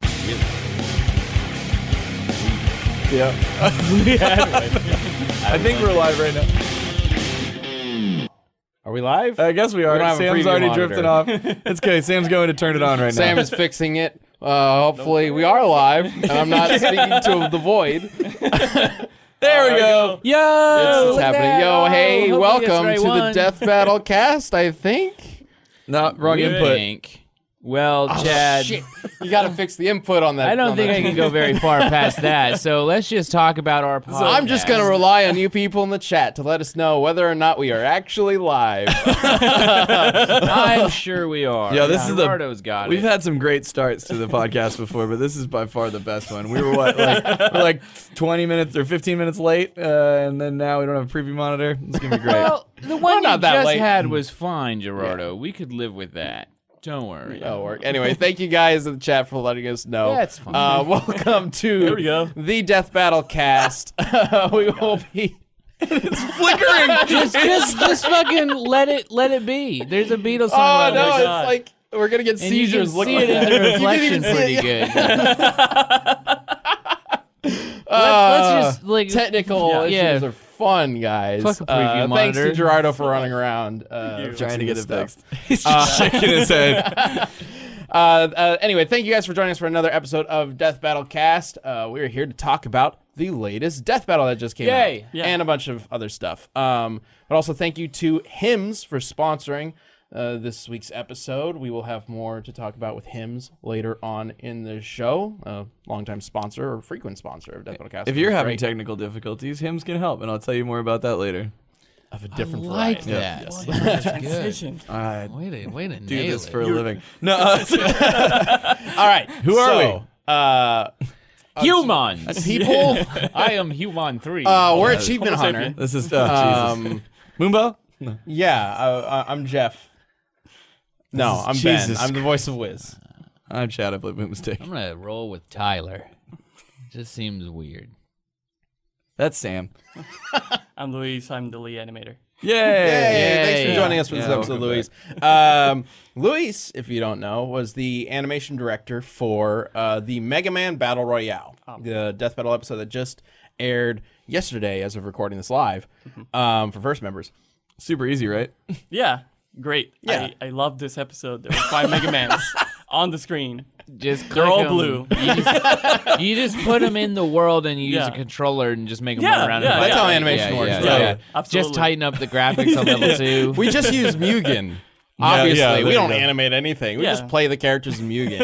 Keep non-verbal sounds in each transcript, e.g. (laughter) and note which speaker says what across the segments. Speaker 1: (laughs)
Speaker 2: Yeah. we had one.
Speaker 3: I think we're live right now.
Speaker 2: Are we live?
Speaker 1: Uh,
Speaker 3: I guess we are.
Speaker 1: We don't have a
Speaker 3: Sam's
Speaker 1: preview
Speaker 3: already
Speaker 1: monitor.
Speaker 3: drifted off. It's okay. Sam's going to turn it on right
Speaker 1: Sam
Speaker 3: now.
Speaker 1: (laughs) is fixing it. Uh, hopefully, we are live, and I'm (laughs) not speaking to the
Speaker 4: (laughs)
Speaker 1: void.
Speaker 3: there we go.
Speaker 1: This
Speaker 2: Yo!
Speaker 1: is happening. Yo,
Speaker 4: Hopefully
Speaker 1: hey,
Speaker 4: it's
Speaker 1: welcome
Speaker 4: right
Speaker 1: to the
Speaker 4: one.
Speaker 1: Death Battle cast. I think.
Speaker 3: No, wrong input.
Speaker 4: Think. Well, Chad,
Speaker 1: Oh, Shit. You got to fix the input on that.
Speaker 4: I
Speaker 1: on
Speaker 4: don't think
Speaker 1: that.
Speaker 4: I
Speaker 1: (laughs)
Speaker 4: can go very far past that. So let's just talk about our podcast.
Speaker 1: I'm just gonna rely on you people in the chat to let us know whether or not we are
Speaker 4: (laughs)
Speaker 1: actually live.
Speaker 4: I'm sure we are.
Speaker 3: Yo, this is the-
Speaker 4: Ricardo's got
Speaker 3: We've
Speaker 4: it.
Speaker 3: had some great starts to the podcast before, but this is by far the best one. We were what, like, we're like 20 minutes or 15 minutes late, uh, and then now we don't have a preview monitor. It's gonna be great. (laughs)
Speaker 4: well, the one
Speaker 1: not
Speaker 4: you
Speaker 1: that
Speaker 4: just
Speaker 1: late. (laughs)
Speaker 4: had was fine, Gerardo. We could live with that. Don't worry.
Speaker 1: No Oh, work. Anyway, thank you guys in the chat for letting us know.
Speaker 4: That's fine.
Speaker 1: Uh, (laughs) welcome to
Speaker 2: we go.
Speaker 1: the Death
Speaker 4: (laughs)
Speaker 1: Battle cast. (laughs) we will be.
Speaker 4: (laughs) just, just, just fucking let it, let it be. There's a Beatles song.
Speaker 1: (laughs) Oh
Speaker 4: about
Speaker 1: no!
Speaker 4: it.
Speaker 1: It's
Speaker 2: God.
Speaker 1: like we're gonna get
Speaker 4: And you can
Speaker 1: seizures.
Speaker 4: see
Speaker 1: looking
Speaker 4: it in
Speaker 1: at that.
Speaker 4: the
Speaker 1: You can
Speaker 4: reflection
Speaker 1: even see it, (laughs)
Speaker 4: pretty
Speaker 1: yeah.
Speaker 4: good.
Speaker 1: Uh,
Speaker 4: let's just like (laughs)
Speaker 1: technical
Speaker 4: yeah,
Speaker 1: issues
Speaker 4: yeah.
Speaker 1: are fun, guys.
Speaker 4: Fuck a preview
Speaker 1: uh, thanks to
Speaker 4: monitor.
Speaker 1: Gerardo for running around uh,
Speaker 3: trying to
Speaker 1: fixing
Speaker 3: get
Speaker 1: this
Speaker 3: it
Speaker 1: stuff.
Speaker 3: fixed. He's
Speaker 1: (laughs)
Speaker 3: just shaking his head.
Speaker 1: Uh, uh, anyway, thank you guys for joining us for another episode of Death Battle Cast. Uh, we're here to talk about the latest Death Battle that just came
Speaker 4: Yay.
Speaker 1: out
Speaker 2: Yeah.
Speaker 1: and a bunch of other stuff. Um, but also thank you to Hims for sponsoring uh, this week's episode. We will have more to talk about with Hims later on in the show. A longtime sponsor or frequent sponsor of Death Battle Cast.
Speaker 3: If you're
Speaker 1: which is
Speaker 3: having
Speaker 1: great.
Speaker 3: technical difficulties, hymns can help, and I'll tell you more about that later.
Speaker 1: of a different
Speaker 4: I (laughs) like
Speaker 1: variety.
Speaker 4: that. That's good.
Speaker 3: I
Speaker 4: Way to, way to
Speaker 3: do
Speaker 4: nail
Speaker 3: this
Speaker 4: it.
Speaker 3: for a living. No, (laughs) uh,
Speaker 1: All right, who
Speaker 3: are
Speaker 1: we? Uh,
Speaker 4: humans. (laughs)
Speaker 1: people.
Speaker 4: I am human three.
Speaker 1: Uh,
Speaker 4: Oh,
Speaker 1: we're achievement hunter.
Speaker 3: this is oh, Jesus.
Speaker 1: Um,
Speaker 3: Moonbo.
Speaker 1: yeah, uh, I- I'm Jeff. No, I'm
Speaker 3: Jesus
Speaker 1: Ben. I'm the voice of Wiz.
Speaker 3: I'm Chad. I played by mistake.
Speaker 4: I'm gonna roll with Tyler. Just seems weird.
Speaker 3: That's Sam.
Speaker 5: I'm Luis. I'm the lead animator.
Speaker 3: Yay!
Speaker 1: Hey, thanks
Speaker 4: Yay.
Speaker 1: for joining us for this
Speaker 3: Yeah,
Speaker 1: episode,
Speaker 3: welcome
Speaker 1: Luis. (laughs) Um, Luis, if you don't know, was the animation director for uh, the Mega Man Battle Royale, the Death Battle episode that just aired yesterday as of recording this live um, for first members.
Speaker 3: Super easy, right?
Speaker 5: Yeah, great.
Speaker 1: Yeah.
Speaker 5: I, I love this episode. There were five
Speaker 1: (laughs)
Speaker 5: Mega Mans on the screen.
Speaker 4: Just
Speaker 5: They're
Speaker 4: click
Speaker 5: all
Speaker 4: 'em.
Speaker 5: blue.
Speaker 4: You just, you just put them in the world and you use
Speaker 5: Yeah.
Speaker 4: a controller and just make them
Speaker 5: Yeah,
Speaker 4: run around.
Speaker 5: yeah,
Speaker 1: Oh,
Speaker 4: and
Speaker 5: that's
Speaker 4: fight.
Speaker 5: how
Speaker 1: animation works,
Speaker 4: Yeah,
Speaker 3: yeah.
Speaker 4: yeah.
Speaker 5: Absolutely.
Speaker 4: Just tighten up the graphics on level two.
Speaker 1: We
Speaker 3: (laughs)
Speaker 1: just use Mugen. Obviously,
Speaker 3: yeah, there
Speaker 1: we
Speaker 3: you
Speaker 1: don't
Speaker 3: go.
Speaker 1: animate anything. We
Speaker 5: Yeah.
Speaker 1: just play the characters in Mugen.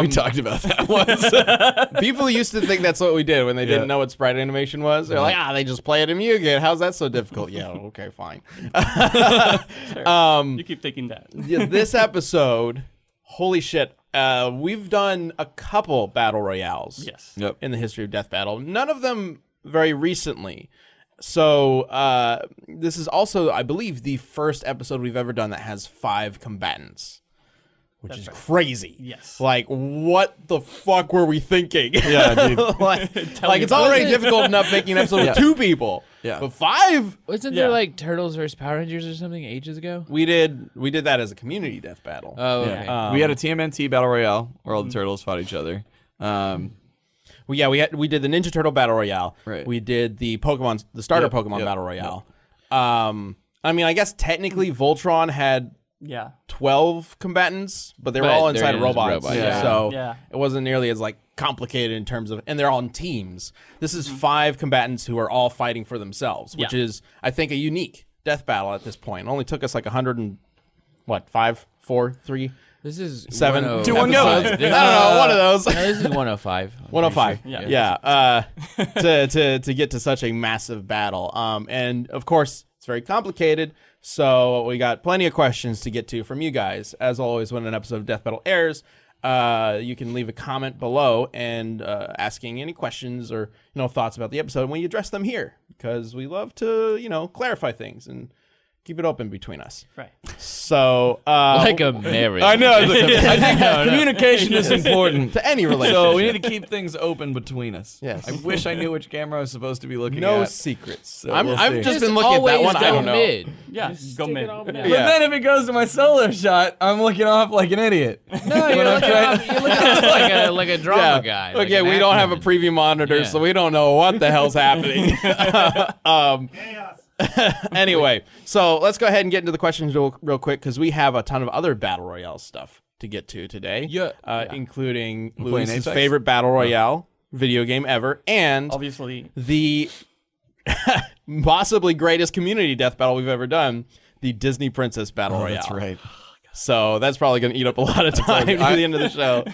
Speaker 3: (laughs) we talked about
Speaker 1: (laughs)
Speaker 3: that.
Speaker 1: People used to think that's what we did when they
Speaker 3: Yeah.
Speaker 1: didn't know what sprite animation was. They're like, ah, they just play it in Mugen. How's that so
Speaker 3: (laughs)
Speaker 1: difficult? yeah, okay, fine. Mm.
Speaker 5: You keep taking that.
Speaker 1: Yeah, this episode, holy shit, uh, we've done a couple battle royales
Speaker 5: Yes.
Speaker 3: yep.
Speaker 1: in the history of Death Battle. None of them very recently. So uh, this is also, I believe, the first episode we've ever done that has five combatants. Which is crazy.
Speaker 5: Yes.
Speaker 1: Like, what the fuck were we thinking?
Speaker 3: Yeah, dude.
Speaker 1: (laughs) like, like
Speaker 5: me
Speaker 1: it's
Speaker 5: about
Speaker 1: already difficult enough making an episode
Speaker 3: Yeah.
Speaker 1: with two people.
Speaker 3: Yeah.
Speaker 1: But five
Speaker 4: Wasn't
Speaker 5: Yeah.
Speaker 4: there like Turtles versus Power Rangers or something ages ago?
Speaker 1: we did we did that as a community death battle.
Speaker 4: Oh,
Speaker 3: Yeah.
Speaker 1: Uh,
Speaker 4: okay.
Speaker 3: we had a TMNT battle royale where all the turtles fought each other. Um,
Speaker 1: well, yeah, we had we did the Ninja Turtle battle royale.
Speaker 3: Right.
Speaker 1: We did the Pokemon the starter
Speaker 3: Yep,
Speaker 1: Pokemon
Speaker 3: yep,
Speaker 1: battle royale. Um I mean I guess technically Voltron had
Speaker 5: Yeah.
Speaker 1: twelve combatants, but they were
Speaker 4: But
Speaker 1: all
Speaker 4: they're
Speaker 1: inside
Speaker 4: in
Speaker 1: robots.
Speaker 4: robots,
Speaker 3: yeah.
Speaker 1: So
Speaker 5: Yeah.
Speaker 1: it wasn't nearly as like complicated in terms of and they're all in teams. This is five combatants who are all fighting for themselves, which
Speaker 5: Mm-hmm. Yeah.
Speaker 1: is I think a unique death battle at this point. It only took us like a hundred and what, five, four, three,
Speaker 4: this is
Speaker 1: seven,
Speaker 4: 10
Speaker 3: Two, one, go.
Speaker 4: episodes.
Speaker 1: (laughs) I don't know, one of
Speaker 3: (laughs)
Speaker 1: those.
Speaker 4: No, this is
Speaker 1: (laughs)
Speaker 4: 105. I'm
Speaker 1: 105.
Speaker 4: pretty sure.
Speaker 1: Yeah, Uh, (laughs) to, to to get to such a massive battle, um, and of course it's very complicated. So we got plenty of questions to get to from you guys. As always, when an episode of Death Battle airs, uh, you can leave a comment below and uh, asking any questions or you know thoughts about the episode. And we address them here because we love to you know clarify things and keep it open between us.
Speaker 5: Right.
Speaker 1: So, uh,
Speaker 4: like a marriage.
Speaker 3: I know. I (laughs) think
Speaker 5: No, no.
Speaker 3: communication (laughs) is important.
Speaker 1: (laughs) to any relationship.
Speaker 3: So we need to keep things open between us.
Speaker 1: Yes.
Speaker 3: I wish I knew which camera I was supposed to be looking
Speaker 1: no
Speaker 3: at.
Speaker 1: secrets.
Speaker 3: So
Speaker 1: I'm,
Speaker 3: we'll see.
Speaker 1: I've just been looking at that
Speaker 4: always
Speaker 1: one. I
Speaker 4: go
Speaker 1: don't know. (laughs)
Speaker 4: mid.
Speaker 5: Yeah, go
Speaker 2: stick it
Speaker 5: mid.
Speaker 2: all down.
Speaker 5: Yeah.
Speaker 3: but
Speaker 1: Yeah.
Speaker 3: then if it goes to my solo shot, I'm looking off like an idiot.
Speaker 4: No, you're looking, off, (laughs) you're looking off like a like a drama
Speaker 1: Yeah.
Speaker 4: guy. like
Speaker 1: Okay,
Speaker 4: an
Speaker 1: we don't have a
Speaker 4: action
Speaker 1: preview monitor,
Speaker 4: Yeah.
Speaker 1: so we don't know what
Speaker 4: (laughs)
Speaker 1: the hell's happening. um, (laughs) anyway, so let's go ahead and get into the questions real, real quick because we have a ton of other battle royale stuff to get to today.
Speaker 4: Yeah.
Speaker 1: uh, including
Speaker 3: playing
Speaker 1: Luis's
Speaker 3: Apex?
Speaker 1: favorite battle
Speaker 4: Oh.
Speaker 1: royale video game ever, and
Speaker 5: Obviously,
Speaker 1: the (laughs) possibly greatest community death battle we've ever done. The Disney Princess Battle
Speaker 4: Oh,
Speaker 1: Royale.
Speaker 3: That's right.
Speaker 1: So that's probably going to eat up a lot of time (laughs) to the end of the show.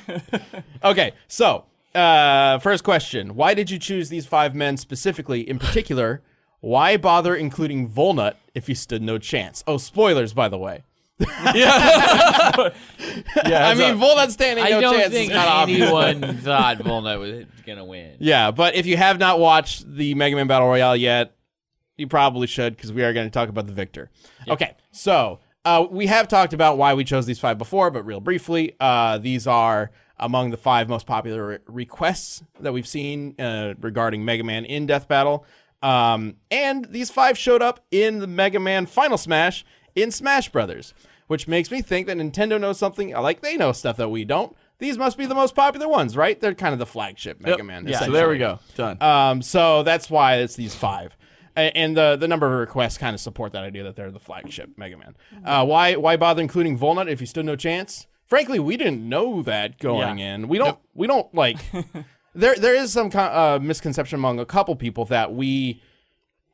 Speaker 1: okay, so uh, first question: Why did you choose these five men specifically? In particular, why bother including Volnut if you stood no chance? Oh, spoilers, by the way. (laughs)
Speaker 3: Yeah,
Speaker 1: I mean, Volnut standing
Speaker 4: I
Speaker 1: no
Speaker 4: don't
Speaker 1: chance
Speaker 4: think
Speaker 1: is kind of obvious.
Speaker 4: anyone
Speaker 1: (laughs)
Speaker 4: thought Volnut was gonna win.
Speaker 1: Yeah, but if you have not watched the Mega Man Battle Royale yet, you probably should because we are going to talk about the victor. Okay, so uh, we have talked about why we chose these five before, but real briefly, uh, these are among the five most popular re- requests that we've seen uh, regarding Mega Man in Death Battle. Um, and these five showed up in the Mega Man Final Smash in Smash Brothers, which makes me think that Nintendo knows something like they know stuff that we don't. These must be the most popular ones, right? They're kind of the flagship Mega Man.
Speaker 3: so
Speaker 1: essentially.
Speaker 3: there we go. Done.
Speaker 1: Um, so that's why it's these five. A- And the, the number of requests kind of support that idea that they're the flagship Mega Man.
Speaker 3: Mm-hmm.
Speaker 1: Uh, why why bother including Volnut if you stood no chance? Frankly, we didn't know that going
Speaker 5: Yeah.
Speaker 1: in. We don't we don't like.
Speaker 3: (laughs)
Speaker 1: there there is some con- uh, misconception among a couple people that we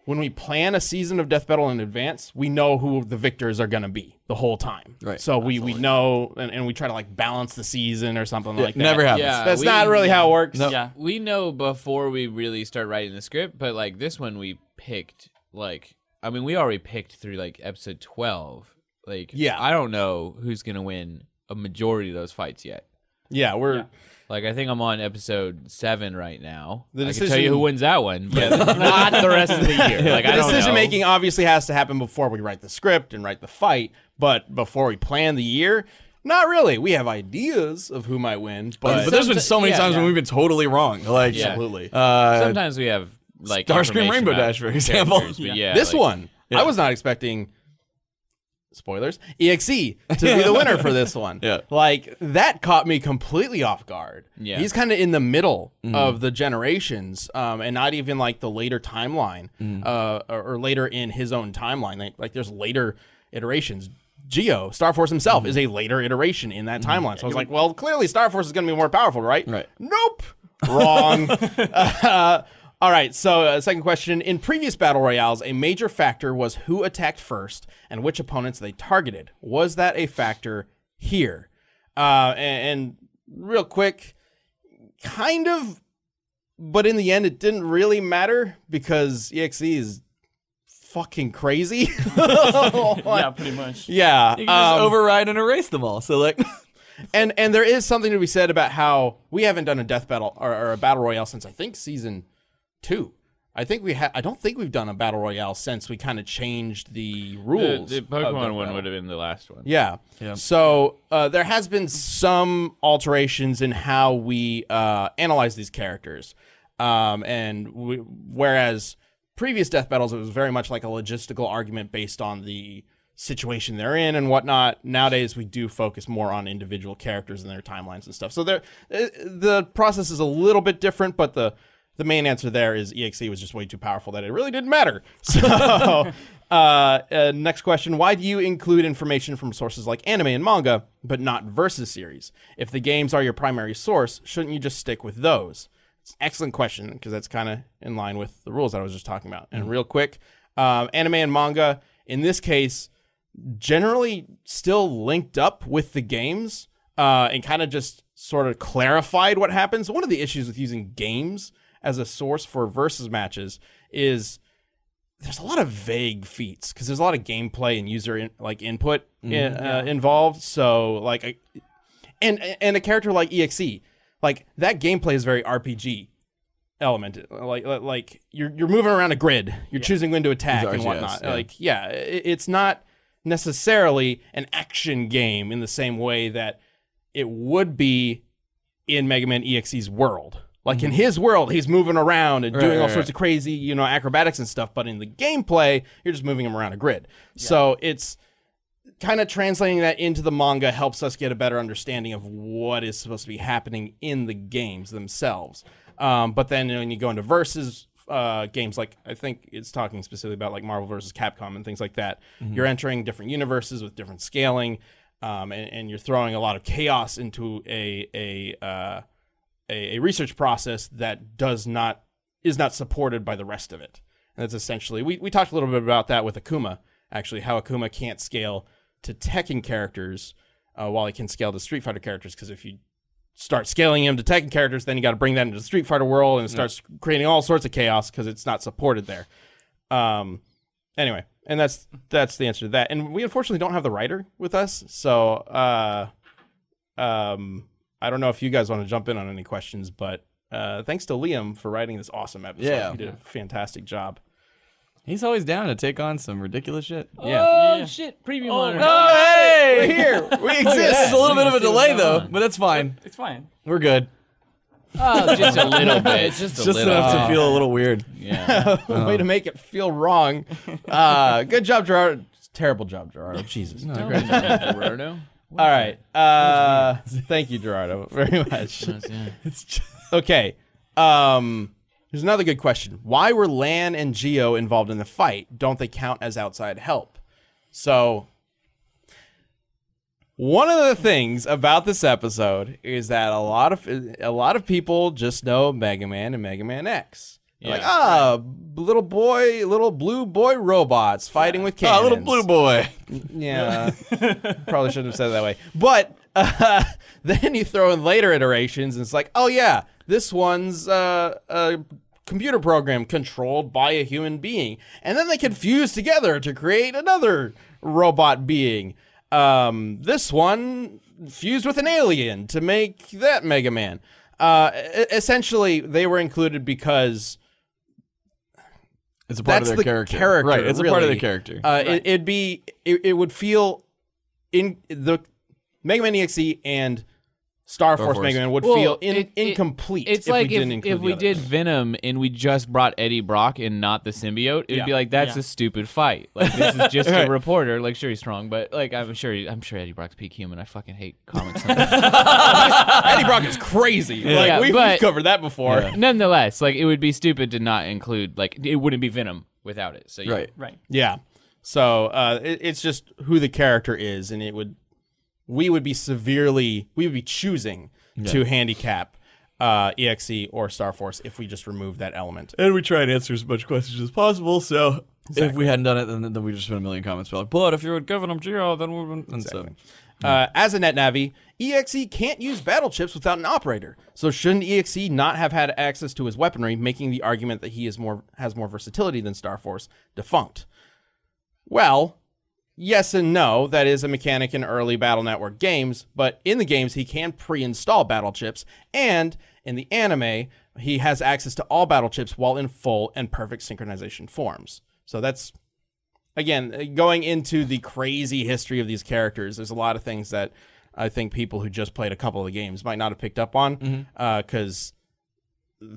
Speaker 1: when we plan a season of Death Battle in advance, we know who the victors are going to be the whole time.
Speaker 3: Right.
Speaker 1: So we, we know and, and we try to like balance the season or something like that.
Speaker 3: never happens.
Speaker 4: Yeah,
Speaker 1: That's
Speaker 4: we-
Speaker 1: not really how it works. (laughs)
Speaker 5: yeah.
Speaker 4: we know before we really start writing the script, but like this one we picked like I mean we already picked through like episode twelve. Like
Speaker 1: Yeah.
Speaker 4: I don't know who's gonna win a majority of those fights yet.
Speaker 1: Yeah, we're
Speaker 4: Like I think I'm on episode seven right now.
Speaker 1: The
Speaker 4: I can tell you
Speaker 1: decision-
Speaker 4: who wins that one, but (laughs) not the rest of the year. Like I
Speaker 1: the
Speaker 4: don't
Speaker 1: decision
Speaker 4: know.
Speaker 1: making obviously has to happen before we write the script and write the fight, but before we plan the year, not really. We have ideas of who might win, but,
Speaker 3: but there's been so many
Speaker 4: yeah,
Speaker 3: times
Speaker 4: yeah.
Speaker 3: when we've been totally wrong. Like,
Speaker 4: Yeah.
Speaker 3: absolutely. Uh,
Speaker 4: Sometimes we have like
Speaker 3: Starscream
Speaker 4: information
Speaker 3: Rainbow
Speaker 4: about
Speaker 3: Dash, for example.
Speaker 4: characters, but yeah,
Speaker 1: this
Speaker 4: like-
Speaker 1: one, I was not expecting spoilers, EXE to
Speaker 4: (laughs)
Speaker 1: be the winner for this one.
Speaker 3: Yeah.
Speaker 1: Like that caught me completely off guard.
Speaker 4: Yeah.
Speaker 1: He's kind of in the middle of the generations um, and not even like the later timeline uh, or, or later in his own timeline. Like, like there's later iterations. Geo, Star Force himself is a later iteration in that timeline. So I was like, well, clearly Star Force is going to be more powerful, right?
Speaker 3: Right.
Speaker 1: Nope. Wrong. (laughs) Uh, all right. So, uh, second question. In previous battle royales, a major factor was who attacked first and which opponents they targeted. Was that a factor here? Uh, and, and real quick, kind of, but in the end, it didn't really matter because EXE is fucking crazy. (laughs)
Speaker 5: yeah, pretty much.
Speaker 1: yeah.
Speaker 3: you can just
Speaker 1: um,
Speaker 3: override and erase them all. So, like, (laughs)
Speaker 1: and and there is something to be said about how we haven't done a death battle or, or a battle royale since I think season two. I think we ha- I don't think we've done a battle royale since we kind of changed the
Speaker 4: The,
Speaker 1: rules.
Speaker 4: the
Speaker 1: of Death
Speaker 4: Pokemon one
Speaker 1: Battle.
Speaker 4: would have been the last one.
Speaker 1: Yeah. So uh, there has been some alterations in how we uh, analyze these characters, um, and we, whereas previous death battles it was very much like a logistical argument based on the situation they're in and whatnot. Nowadays we do focus more on individual characters and their timelines and stuff. So there, uh, the process is a little bit different, but the the main answer there is exe was just way too powerful that it really didn't matter (laughs) so uh, uh, next question why do you include information from sources like anime and manga but not versus series if the games are your primary source shouldn't you just stick with those it's an excellent question because that's kind of in line with the rules that i was just talking about and real quick um, anime and manga in this case generally still linked up with the games uh, and kind of just sort of clarified what happens. One of the issues with using games as a source for versus matches is there's a lot of vague feats because there's a lot of gameplay and user in, like input i- uh, involved. So like, I, E and and a character like EXE, like that gameplay is very RPG element like like you're you're moving around a grid you're choosing when to attack and
Speaker 3: RGS,
Speaker 1: whatnot
Speaker 3: yeah.
Speaker 1: like yeah i- it's not necessarily an action game in the same way that it would be in Mega Man EXE's world like in his world he's moving around and doing all
Speaker 3: Mm-hmm. right,
Speaker 1: sorts of crazy you know acrobatics and stuff but in the gameplay you're just moving him around a grid so it's kind of translating that into the manga helps us get a better understanding of what is supposed to be happening in the games themselves. Um, but then when you go into versus uh, games, like I think it's talking specifically about like Marvel versus Capcom and things like that, you're entering different universes with different scaling, um, and, and you're throwing a lot of chaos into a a, uh, a a research process that does not is not supported by the rest of it. And that's essentially we, we talked a little bit about that with Akuma, actually, how Akuma can't scale to Tekken characters uh, while he can scale to Street Fighter characters, because if you start scaling him to Tekken characters, then you gotta bring that into the Street Fighter world and it starts creating all sorts of chaos because it's not supported there. Um anyway, and that's that's the answer to that. And we unfortunately don't have the writer with us, so uh um I don't know if you guys want to jump in on any questions, but uh, thanks to Liam for writing this awesome episode.
Speaker 3: Yeah.
Speaker 1: He did a
Speaker 3: (laughs)
Speaker 1: fantastic job.
Speaker 3: He's always down to take on some ridiculous shit.
Speaker 4: Oh shit! Preview monitor.
Speaker 3: Oh, hey, we're here (laughs) we exist. It's a little bit of a
Speaker 4: See what's
Speaker 3: delay though,
Speaker 4: going on.
Speaker 3: but that's fine.
Speaker 5: It's
Speaker 1: (laughs)
Speaker 5: fine.
Speaker 3: We're good.
Speaker 4: Oh, just a little bit. Just a
Speaker 3: Just
Speaker 4: little.
Speaker 3: enough to feel a little weird.
Speaker 4: yeah.
Speaker 3: Uh-huh.
Speaker 1: Way to make it feel wrong. Uh, good job, Gerard. Terrible
Speaker 3: (laughs)
Speaker 1: job, Gerardo. Jesus.
Speaker 4: Roberto?
Speaker 1: All right. Uh, (laughs) thank you, Gerardo, very much. Okay. Um, here's another good question. Why were Lan and Geo involved in the fight? Don't they count as outside help? So, one of the things about this episode is that a lot of a lot of people just know Mega Man and Mega Man X. They're Like
Speaker 4: Yeah.
Speaker 1: ah, little boy, little blue boy robots fighting with cannons.
Speaker 3: Oh, little blue boy.
Speaker 1: Yeah. Probably shouldn't have said it that way. But uh, (laughs) then you throw in later iterations, and it's like, oh, yeah, this one's uh, a computer program controlled by a human being. And then they can fuse together to create another robot being. Um, this one fused with an alien to make that Mega Man. Uh, e- essentially, they were included because
Speaker 3: It's a part
Speaker 1: that's
Speaker 3: of their
Speaker 1: the
Speaker 3: character.
Speaker 1: character,
Speaker 3: Right. It's a part of their
Speaker 1: really.
Speaker 3: character.
Speaker 1: Uh, it, it'd be it, it would feel in the Mega Man EXE and Star Force
Speaker 3: Force.
Speaker 1: Mega Man would feel in, incomplete.
Speaker 4: It's
Speaker 1: if
Speaker 4: like
Speaker 1: we
Speaker 4: if,
Speaker 1: didn't include
Speaker 4: if
Speaker 1: the
Speaker 4: we
Speaker 1: others.
Speaker 4: did Venom and we just brought Eddie Brock and not the symbiote, it would be
Speaker 1: Yeah.
Speaker 4: like that's
Speaker 5: Yeah.
Speaker 4: a stupid fight. Like this is
Speaker 1: (laughs)
Speaker 4: just a reporter. Like sure he's strong, but like I'm sure he, I'm sure Eddie Brock's peak human. I fucking hate comics.
Speaker 1: (laughs) Eddie Brock is crazy. Like
Speaker 4: Yeah,
Speaker 1: we've, we've
Speaker 4: but-
Speaker 1: covered that before. (laughs) Yeah.
Speaker 4: Nonetheless, like it would be stupid to not include like it wouldn't be Venom without it. So yeah.
Speaker 3: right.
Speaker 5: Right.
Speaker 1: So uh, it, it's just who the character is, and it would we would be severely we would be choosing to handicap uh, EXE or Star Force if we just remove that element.
Speaker 2: And we try and answer as much questions as possible. So
Speaker 3: If we hadn't done it, then, then we'd just been a million comments. But, like, but if you would given him Geo, then we would. And so,
Speaker 1: Uh, as a NetNavi, EXE E can't use battle chips without an operator. So shouldn't EXE not have had access to his weaponry, making the argument that he is more has more versatility than Star Force defunct? Well, yes and no. That is a mechanic in early Battle Network games, but in the games he can pre-install battle chips, and in the anime he has access to all battle chips while in full and perfect synchronization forms. So that's again uh, going into the crazy history of these characters there's a lot of things that i think people who just played a couple of the games might not have picked up on because
Speaker 4: Uh,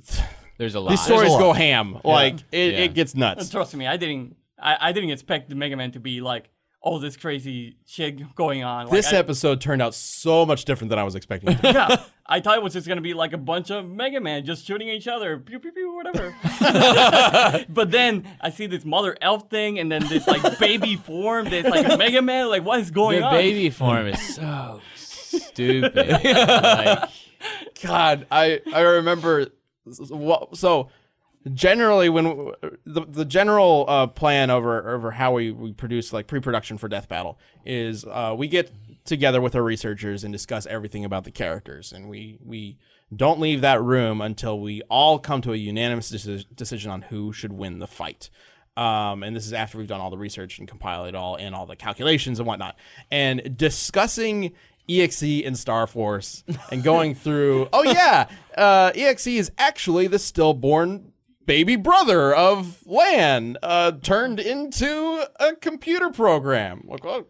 Speaker 4: There's a lot.
Speaker 1: these stories go ham like it,
Speaker 4: Yeah.
Speaker 1: it gets nuts
Speaker 5: Trust me, I didn't. I, I didn't expect the Mega Man to be like all this crazy shit going on. Like,
Speaker 1: this
Speaker 5: I,
Speaker 1: episode turned out so much different than i was expecting it to.
Speaker 5: yeah, (laughs) I thought it was just gonna be like a bunch of Mega Man just shooting each other, pew pew pew,
Speaker 4: (laughs)
Speaker 5: whatever. but then I see this mother elf thing, and then this like baby form, this like Mega Man. Like, what is going
Speaker 4: the
Speaker 5: on?
Speaker 4: baby form is so
Speaker 1: (laughs)
Speaker 4: stupid. like,
Speaker 1: God, I I remember. what- So generally, when the the general uh, plan over over how we, we produce like pre production for Death Battle is uh, we get together with our researchers and discuss everything about the characters, and we we don't leave that room until we all come to a unanimous deci- decision on who should win the fight. Um, and this is after we've done all the research and compile it all and all the calculations and whatnot. And discussing EXE and Star Force and going through, oh yeah, uh, EXE is actually the stillborn baby brother of Lan uh, turned into a computer program. Like, oh,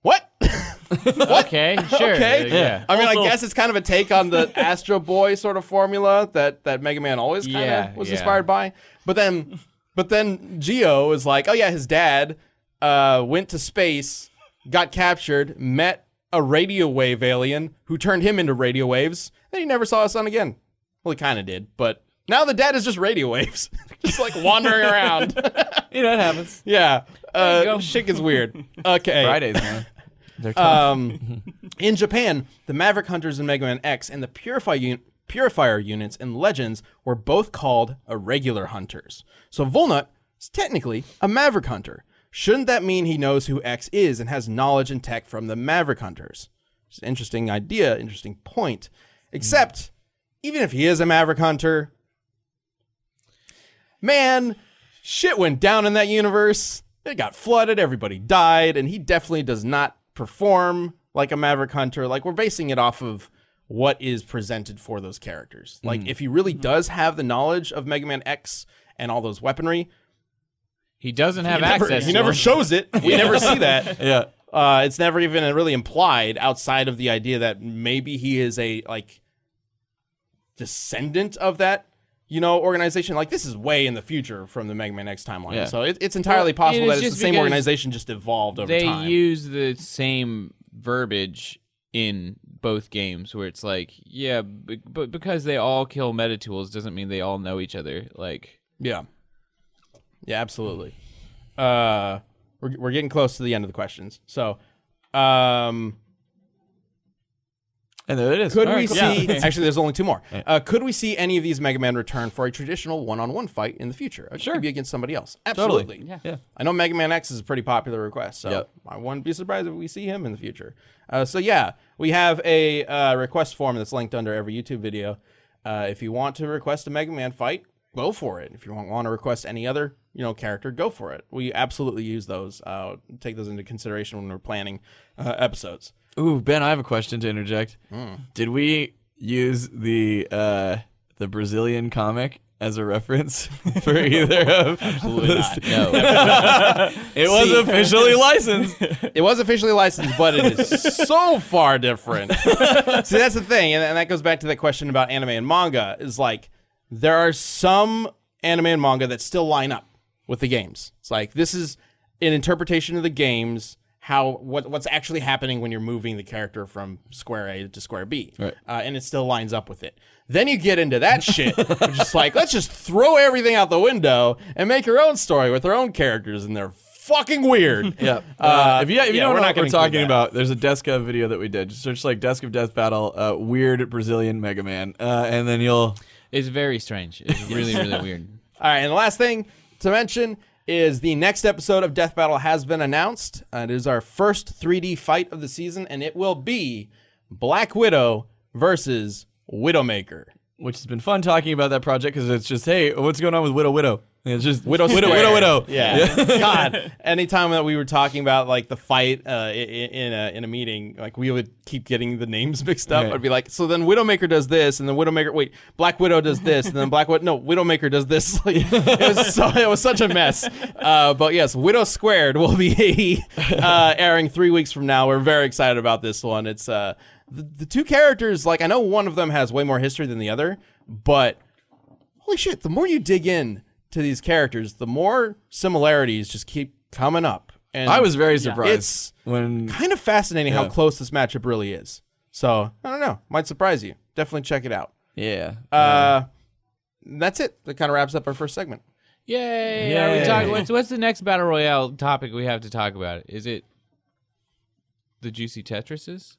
Speaker 1: what? (laughs)
Speaker 4: Okay, sure.
Speaker 1: okay.
Speaker 4: like, yeah.
Speaker 1: I mean, I
Speaker 5: Also-
Speaker 1: guess it's kind of a take on
Speaker 4: (laughs)
Speaker 1: the Astro Boy sort of formula that that Mega Man always kind of
Speaker 4: Yeah,
Speaker 1: was
Speaker 4: yeah.
Speaker 1: inspired by. But then, but then Geo is like, oh yeah, his dad uh, went to space, got captured, met a radio wave alien who turned him into radio waves, and he never saw his son again. Well, he kind of did, but now the dad is just radio waves, (laughs) just like wandering around.
Speaker 4: (laughs)
Speaker 3: You know, it happens.
Speaker 1: yeah,
Speaker 4: you
Speaker 1: uh,
Speaker 4: go.
Speaker 1: shit
Speaker 4: (laughs)
Speaker 1: gets weird. Okay,
Speaker 3: Fridays, man. They're tough.
Speaker 1: um, in Japan, the Maverick Hunters in Mega Man X and the Purify un- Purifier units in Legends were both called Irregular Hunters. So Volnut is technically a Maverick Hunter. Shouldn't that mean he knows who X is and has knowledge and tech from the Maverick Hunters? It's an interesting idea, interesting point. Except, even if he is a Maverick Hunter, man, shit went down in that universe. It got flooded, everybody died, and he definitely does not perform like a Maverick Hunter. Like, we're basing it off of what is presented for those characters. Like, if he really does have the knowledge of Mega Man X and all those weaponry,
Speaker 4: He doesn't have
Speaker 1: he never,
Speaker 4: access.
Speaker 1: he
Speaker 4: to
Speaker 1: never
Speaker 4: them.
Speaker 1: shows it. We never see that.
Speaker 3: yeah.
Speaker 1: Uh, it's never even really implied outside of the idea that maybe he is a, like, descendant of that. You know, organization like this is way in the future from the Mega Man X timeline,
Speaker 3: Yeah.
Speaker 1: so it, it's entirely
Speaker 4: is
Speaker 1: possible that it's
Speaker 4: just
Speaker 1: the same
Speaker 4: because
Speaker 1: organization just evolved over
Speaker 4: they
Speaker 1: time.
Speaker 4: use the same verbiage in both games where it's like yeah b- but because they all kill metatools doesn't mean they all know each other like
Speaker 1: Yeah. Yeah, absolutely. Uh, we're we're getting close to the end of the questions. So, um,
Speaker 3: And there it is.
Speaker 1: could
Speaker 3: All
Speaker 1: we
Speaker 3: right, cool.
Speaker 1: see? (laughs) Actually, there's only two more. Uh, could we see any of these Mega Man return for a traditional one-on-one fight in the future? It sure. Could be against somebody else.
Speaker 3: Totally.
Speaker 1: Absolutely.
Speaker 3: Yeah.
Speaker 1: I know Mega Man X is a pretty popular request, so
Speaker 3: Yep.
Speaker 1: I wouldn't be surprised if we see him in the future. Uh, so yeah, we have a uh, request form that's linked under every YouTube video. Uh, if you want to request a Mega Man fight, go for it. If you want to request any other you know character, go for it. We absolutely use those. Uh, take those into consideration when we're planning uh, episodes.
Speaker 3: Ooh, Ben, I have a question to interject. Did we use the uh, the Brazilian comic as a reference (laughs) for either of? (laughs) Absolutely
Speaker 1: not.
Speaker 3: (laughs) it was officially licensed. (laughs) Uh,
Speaker 1: It was officially licensed, but it is so far different. See, that's the thing, and, and that goes back to that question about anime and manga. Is like there are some anime and manga that still line up with the games. It's like this is an interpretation of the games, how what what's actually happening when you're moving the character from square A to square B,
Speaker 3: Right.
Speaker 1: uh, and it still lines up with it. Then you get into that shit, which is like let's just throw everything out the window and make your own story with our own characters, and they're fucking weird.
Speaker 3: Yeah. Uh, if you, if you
Speaker 1: yeah,
Speaker 3: don't know what
Speaker 1: we're not gonna
Speaker 3: we're
Speaker 1: include
Speaker 3: talking
Speaker 1: that.
Speaker 3: about, there's a Desk of video that we did. Just search like Desk of Death Battle, uh, weird Brazilian Mega Man, uh, and then you'll.
Speaker 4: (laughs) it's very strange it's
Speaker 3: (laughs)
Speaker 4: really really weird
Speaker 1: All right, and the last thing to mention is the next episode of Death Battle has been announced. Uh, it is our first 3D fight of the season, and it will be Black Widow versus Widowmaker.
Speaker 3: Which has been fun talking about that project because it's just, hey, what's going on with Widow Widow? And it's just
Speaker 1: Widow,
Speaker 3: Widow
Speaker 1: Square.
Speaker 3: Widow Widow.
Speaker 1: Yeah. (laughs) God, anytime that we were talking about like the fight uh, i- i- in a in a meeting, like we would keep getting the names (laughs) mixed up.
Speaker 3: Right.
Speaker 1: I'd be like, so then Widowmaker does this, and then Widowmaker, wait, Black Widow does this, and then Black Widow, no, Widowmaker does this. (laughs) Like, it was so, it was such a mess. Uh, but yes, Widow Squared will be (laughs) uh, airing three weeks from now. We're very excited about this one. It's uh, the, the two characters. Like I know one of them has way more history than the other, but holy shit, the more you dig in to these characters, the more similarities just keep coming up. And
Speaker 3: I was very surprised
Speaker 1: It's
Speaker 3: when
Speaker 1: kind of fascinating how
Speaker 3: Yeah.
Speaker 1: close this matchup really is. So I don't know, might surprise you. Definitely check it out.
Speaker 3: yeah
Speaker 1: Uh, that's it. That kind of wraps up our first segment.
Speaker 4: yay Are we
Speaker 3: Yay.
Speaker 4: talking, what's, what's the next battle royale topic we have to talk about is it the juicy tetrises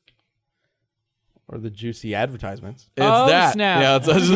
Speaker 1: Or the juicy advertisements.
Speaker 3: it's
Speaker 4: Oh,
Speaker 3: that
Speaker 4: snap. (laughs)
Speaker 3: yeah that's what I was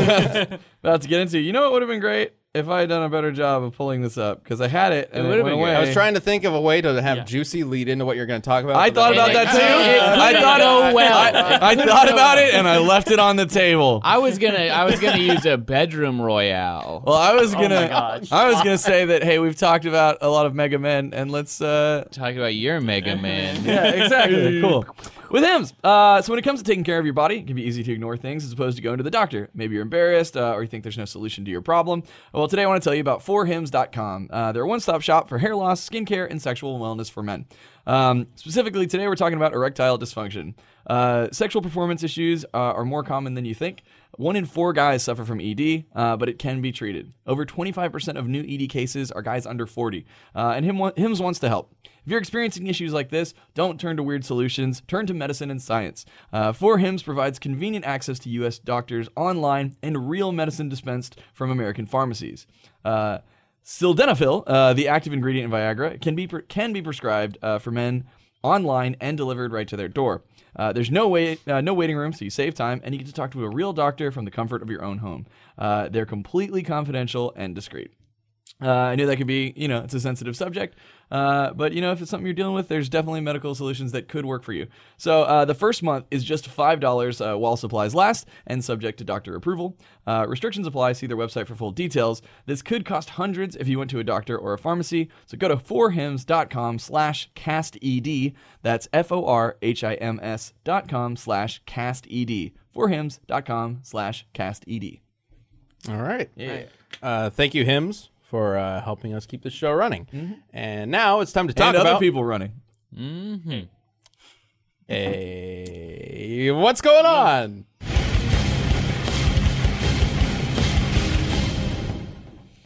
Speaker 3: about- about to get into. You know what would have been great if I had done a better job of pulling this up because I had it and it,
Speaker 4: would've
Speaker 3: went
Speaker 4: been good.
Speaker 3: away.
Speaker 1: I was trying to think of a way to have
Speaker 5: Yeah.
Speaker 1: juicy lead into what you're going to talk about.
Speaker 3: I
Speaker 1: but
Speaker 3: thought
Speaker 1: then-
Speaker 3: about that too.
Speaker 4: (laughs) It
Speaker 3: I
Speaker 4: couldn't
Speaker 3: thought
Speaker 4: go well.
Speaker 3: I, I thought about it and I left it on the table.
Speaker 4: (laughs) i was gonna i was gonna use a bedroom royale
Speaker 3: Well, I was
Speaker 4: Oh
Speaker 5: my
Speaker 3: gonna,
Speaker 5: gosh.
Speaker 3: I was gonna say that. Hey, we've talked about a lot of Mega Men, and let's. uh (laughs)
Speaker 4: talk about your mega man
Speaker 3: Yeah, exactly. cool. With hymns, uh, so when it comes to taking care of your body, it can be easy to ignore things as opposed to going to the doctor. Maybe you're embarrassed uh, or you think there's no solution to your problem. Well, today I want to tell you about 4hymns.com. Uh, they're a one stop shop for hair loss, skincare, and sexual wellness for men. Um, specifically, today we're talking about erectile dysfunction. Uh, sexual performance issues uh, are more common than you think. One in four guys suffer from ED, uh, but it can be treated. Over 25% of new ED cases are guys under 40, uh, and him, HIMS wants to help. If you're experiencing issues like this, don't turn to weird solutions. Turn to medicine and science. Uh, 4HIMS provides convenient access to U.S. doctors online and real medicine dispensed from American pharmacies. Uh, Sildenafil, uh, the active ingredient in Viagra, can be pre- can be prescribed uh, for men online and delivered right to their door. Uh, there's no wait, uh, no waiting room, so you save time, and you get to talk to a real doctor from the comfort of your own home. Uh, they're completely confidential and discreet. Uh, I knew that could be, you know, it's a sensitive subject, uh, but you know, if it's something you're dealing with, there's definitely medical solutions that could work for you. So uh, the first month is just five dollars uh, while supplies last, and subject to doctor approval. Uh, restrictions apply. See their website for full details. This could cost hundreds if you went to a doctor or a pharmacy. So go to forhims.com/cast-ed. E That's f-o-r-h-i-m-s dot com slash E cast-ed. Forhims.com slash E cast-ed.
Speaker 1: All right. Uh, thank you, Hims, for uh, helping us keep the show running. And now it's time to talk
Speaker 3: Mm-hmm. and other
Speaker 1: about
Speaker 3: people running.
Speaker 1: Hey, Eh, what's going on?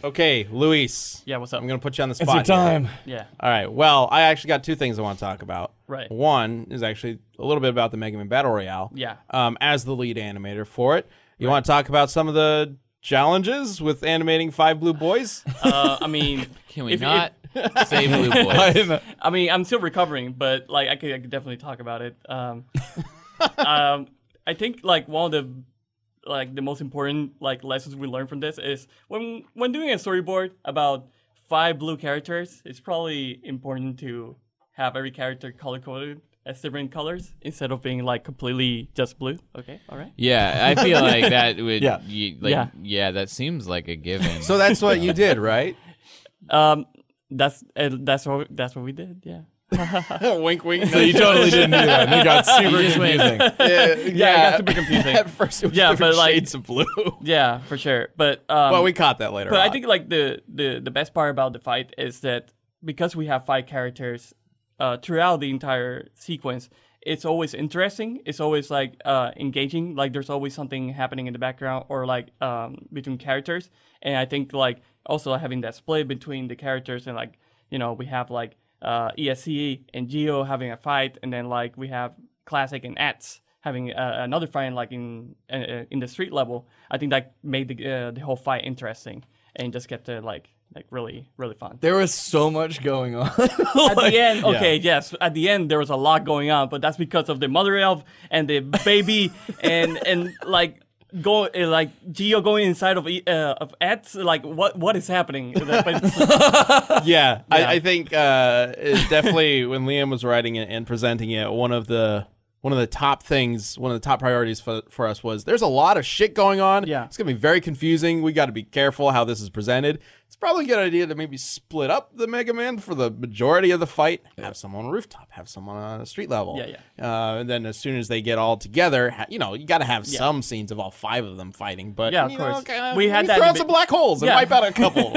Speaker 1: Okay, Luis.
Speaker 5: Yeah, what's up?
Speaker 1: I'm gonna put you on the spot. here.
Speaker 5: Yeah.
Speaker 1: All right. Well, I actually got two things I want to talk about.
Speaker 5: Right.
Speaker 1: One is actually a little bit about the Mega Man Battle Royale.
Speaker 5: Yeah.
Speaker 1: Um, as the lead animator for it, you want to talk about some of the challenges with animating five blue boys?
Speaker 5: Uh, I mean,
Speaker 4: (laughs) Can we
Speaker 5: if- if- (laughs)
Speaker 4: not say blue boys?
Speaker 5: I mean, I'm still recovering, but like I could, I could definitely talk about it. Um, (laughs) um, I think like one of the like the most important like lessons we learned from this is when when doing a storyboard about five blue characters, it's probably important to have every character color coded as different colors instead of being like completely just blue. Okay, all right.
Speaker 4: Yeah, I feel like that would.
Speaker 3: Yeah.
Speaker 4: yeah. like,
Speaker 5: Yeah.
Speaker 4: yeah. that seems like a given.
Speaker 1: (laughs) so that's what you did, right?
Speaker 5: Um, that's uh, that's what that's what we did. Yeah.
Speaker 1: wink, wink.
Speaker 3: So you totally didn't do that. and You got super confusing.
Speaker 1: yeah,
Speaker 5: Yeah, it got super confusing.
Speaker 1: At first, it was (laughs)
Speaker 5: Yeah,
Speaker 1: different
Speaker 5: but, like-
Speaker 1: shades of blue.
Speaker 5: Yeah, for sure. But um,
Speaker 1: well, we caught that later.
Speaker 5: But I
Speaker 1: on.
Speaker 5: think like the, the the best part about the fight is that because we have five characters uh, throughout the entire sequence, it's always interesting. It's always like uh, engaging. Like there's always something happening in the background or like um, between characters. And I think like also having that split between the characters and like you know we have like uh, ESC and Geo having a fight, and then like we have Classic and Ats having uh, another fight in, like in uh, uh, in the street level. I think that made the uh, the whole fight interesting and just kept it like like really really fun.
Speaker 3: There was so much going on.
Speaker 5: (laughs) At the end, okay, yes, at the end there was a lot going on, but that's because of the mother elf and the (laughs) baby and and like. Go uh, like Geo going inside of E- uh, of Ats like what what is happening? (laughs)
Speaker 1: yeah, I, I think uh, it definitely (laughs) when Liam was writing it and presenting it, one of the one of the top things, one of the top priorities for, for us was there's a lot of shit going on.
Speaker 5: Yeah.
Speaker 1: it's gonna be very confusing. We got to be careful how this is presented. It's probably a good idea to maybe split up the Mega Man for the majority of the fight. Have someone on a rooftop, have someone on a street level.
Speaker 5: Yeah,
Speaker 1: yeah. Uh, and then as soon as they get all together, ha- you know, you got to have some scenes of all five of them fighting. But
Speaker 5: Yeah, of
Speaker 1: you know,
Speaker 5: course.
Speaker 1: kinda
Speaker 5: We had
Speaker 1: maybe
Speaker 5: that
Speaker 1: throw out
Speaker 5: debate-
Speaker 1: some black holes and
Speaker 5: Yeah.
Speaker 1: wipe out a
Speaker 5: (laughs)
Speaker 1: couple.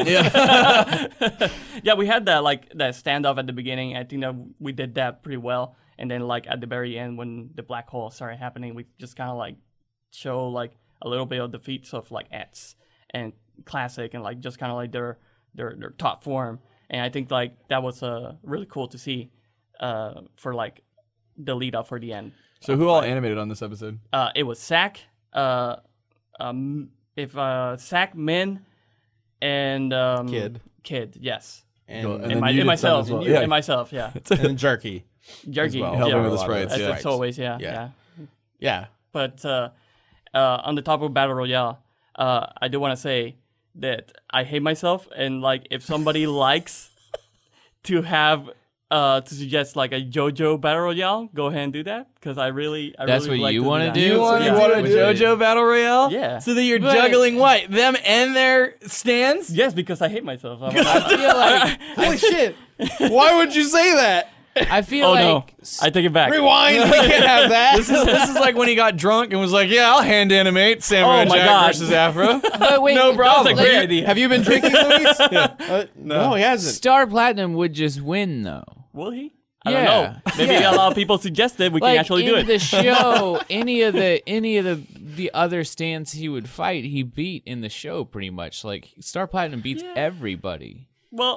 Speaker 5: yeah, we had that like that standoff at the beginning. I think that we did that pretty well. And then like at the very end when the black hole started happening, we just kind of like show like a little bit of the feats of like Ets and Classic and like just kind of like their their their top form. And I think like that was uh, really cool to see uh, for like the lead up for the end.
Speaker 3: (laughs) So who all animated on this episode?
Speaker 5: Uh, it was Sack. Uh, um, if uh, Sack Min and um,
Speaker 1: Kid.
Speaker 5: Kid, yes.
Speaker 3: And
Speaker 5: And,
Speaker 3: then you
Speaker 5: my, and
Speaker 3: did some
Speaker 5: myself,
Speaker 3: as well.
Speaker 5: and you-
Speaker 3: Yeah.
Speaker 5: and myself, yeah.
Speaker 1: and jerky.
Speaker 5: Jerky,
Speaker 1: well.
Speaker 3: Helping
Speaker 5: yeah.
Speaker 3: with the sprites,
Speaker 5: As
Speaker 3: yeah.
Speaker 5: it's always, yeah,
Speaker 1: Yeah.
Speaker 5: yeah.
Speaker 1: Yeah.
Speaker 5: But uh, uh, on the topic of battle royale, uh, I do want to say that I hate myself, and like if somebody likes to have uh, to suggest like a JoJo battle royale, go ahead and do that because I really, I
Speaker 4: That's
Speaker 5: really
Speaker 4: what
Speaker 5: like
Speaker 4: you
Speaker 5: want to
Speaker 4: wanna
Speaker 5: do that.
Speaker 4: do? You wanna
Speaker 5: Yeah.
Speaker 4: do it? Yeah.
Speaker 3: battle royale?
Speaker 5: Yeah.
Speaker 3: that you're
Speaker 4: But-
Speaker 3: what them and their stands.
Speaker 5: Yes, because I hate myself. I'm- I'm-
Speaker 1: Holy shit! Why would you say that?
Speaker 4: I feel
Speaker 5: Oh
Speaker 4: like
Speaker 5: no, (laughs) I take it back.
Speaker 1: Rewind.
Speaker 4: (laughs)
Speaker 1: We can't have that.
Speaker 3: This is this is like when he got drunk and was like, "Yeah, I'll hand animate Samurai
Speaker 5: Oh my
Speaker 3: Jack
Speaker 5: God.
Speaker 3: versus Afro."
Speaker 4: But wait,
Speaker 3: No problem.
Speaker 5: That's a great
Speaker 4: like,
Speaker 5: idea.
Speaker 1: Have you been drinking, Luis? Uh, no. he hasn't.
Speaker 4: Star Platinum would just win though.
Speaker 5: Will he? I
Speaker 4: Yeah.
Speaker 5: don't know. Maybe
Speaker 4: Yeah.
Speaker 5: a lot of people suggested we
Speaker 4: Like
Speaker 5: can actually
Speaker 4: in
Speaker 5: do it.
Speaker 4: the show, any of the any of the the other stands he would fight, he beat in the show pretty much. Like Star Platinum beats everybody.
Speaker 5: well,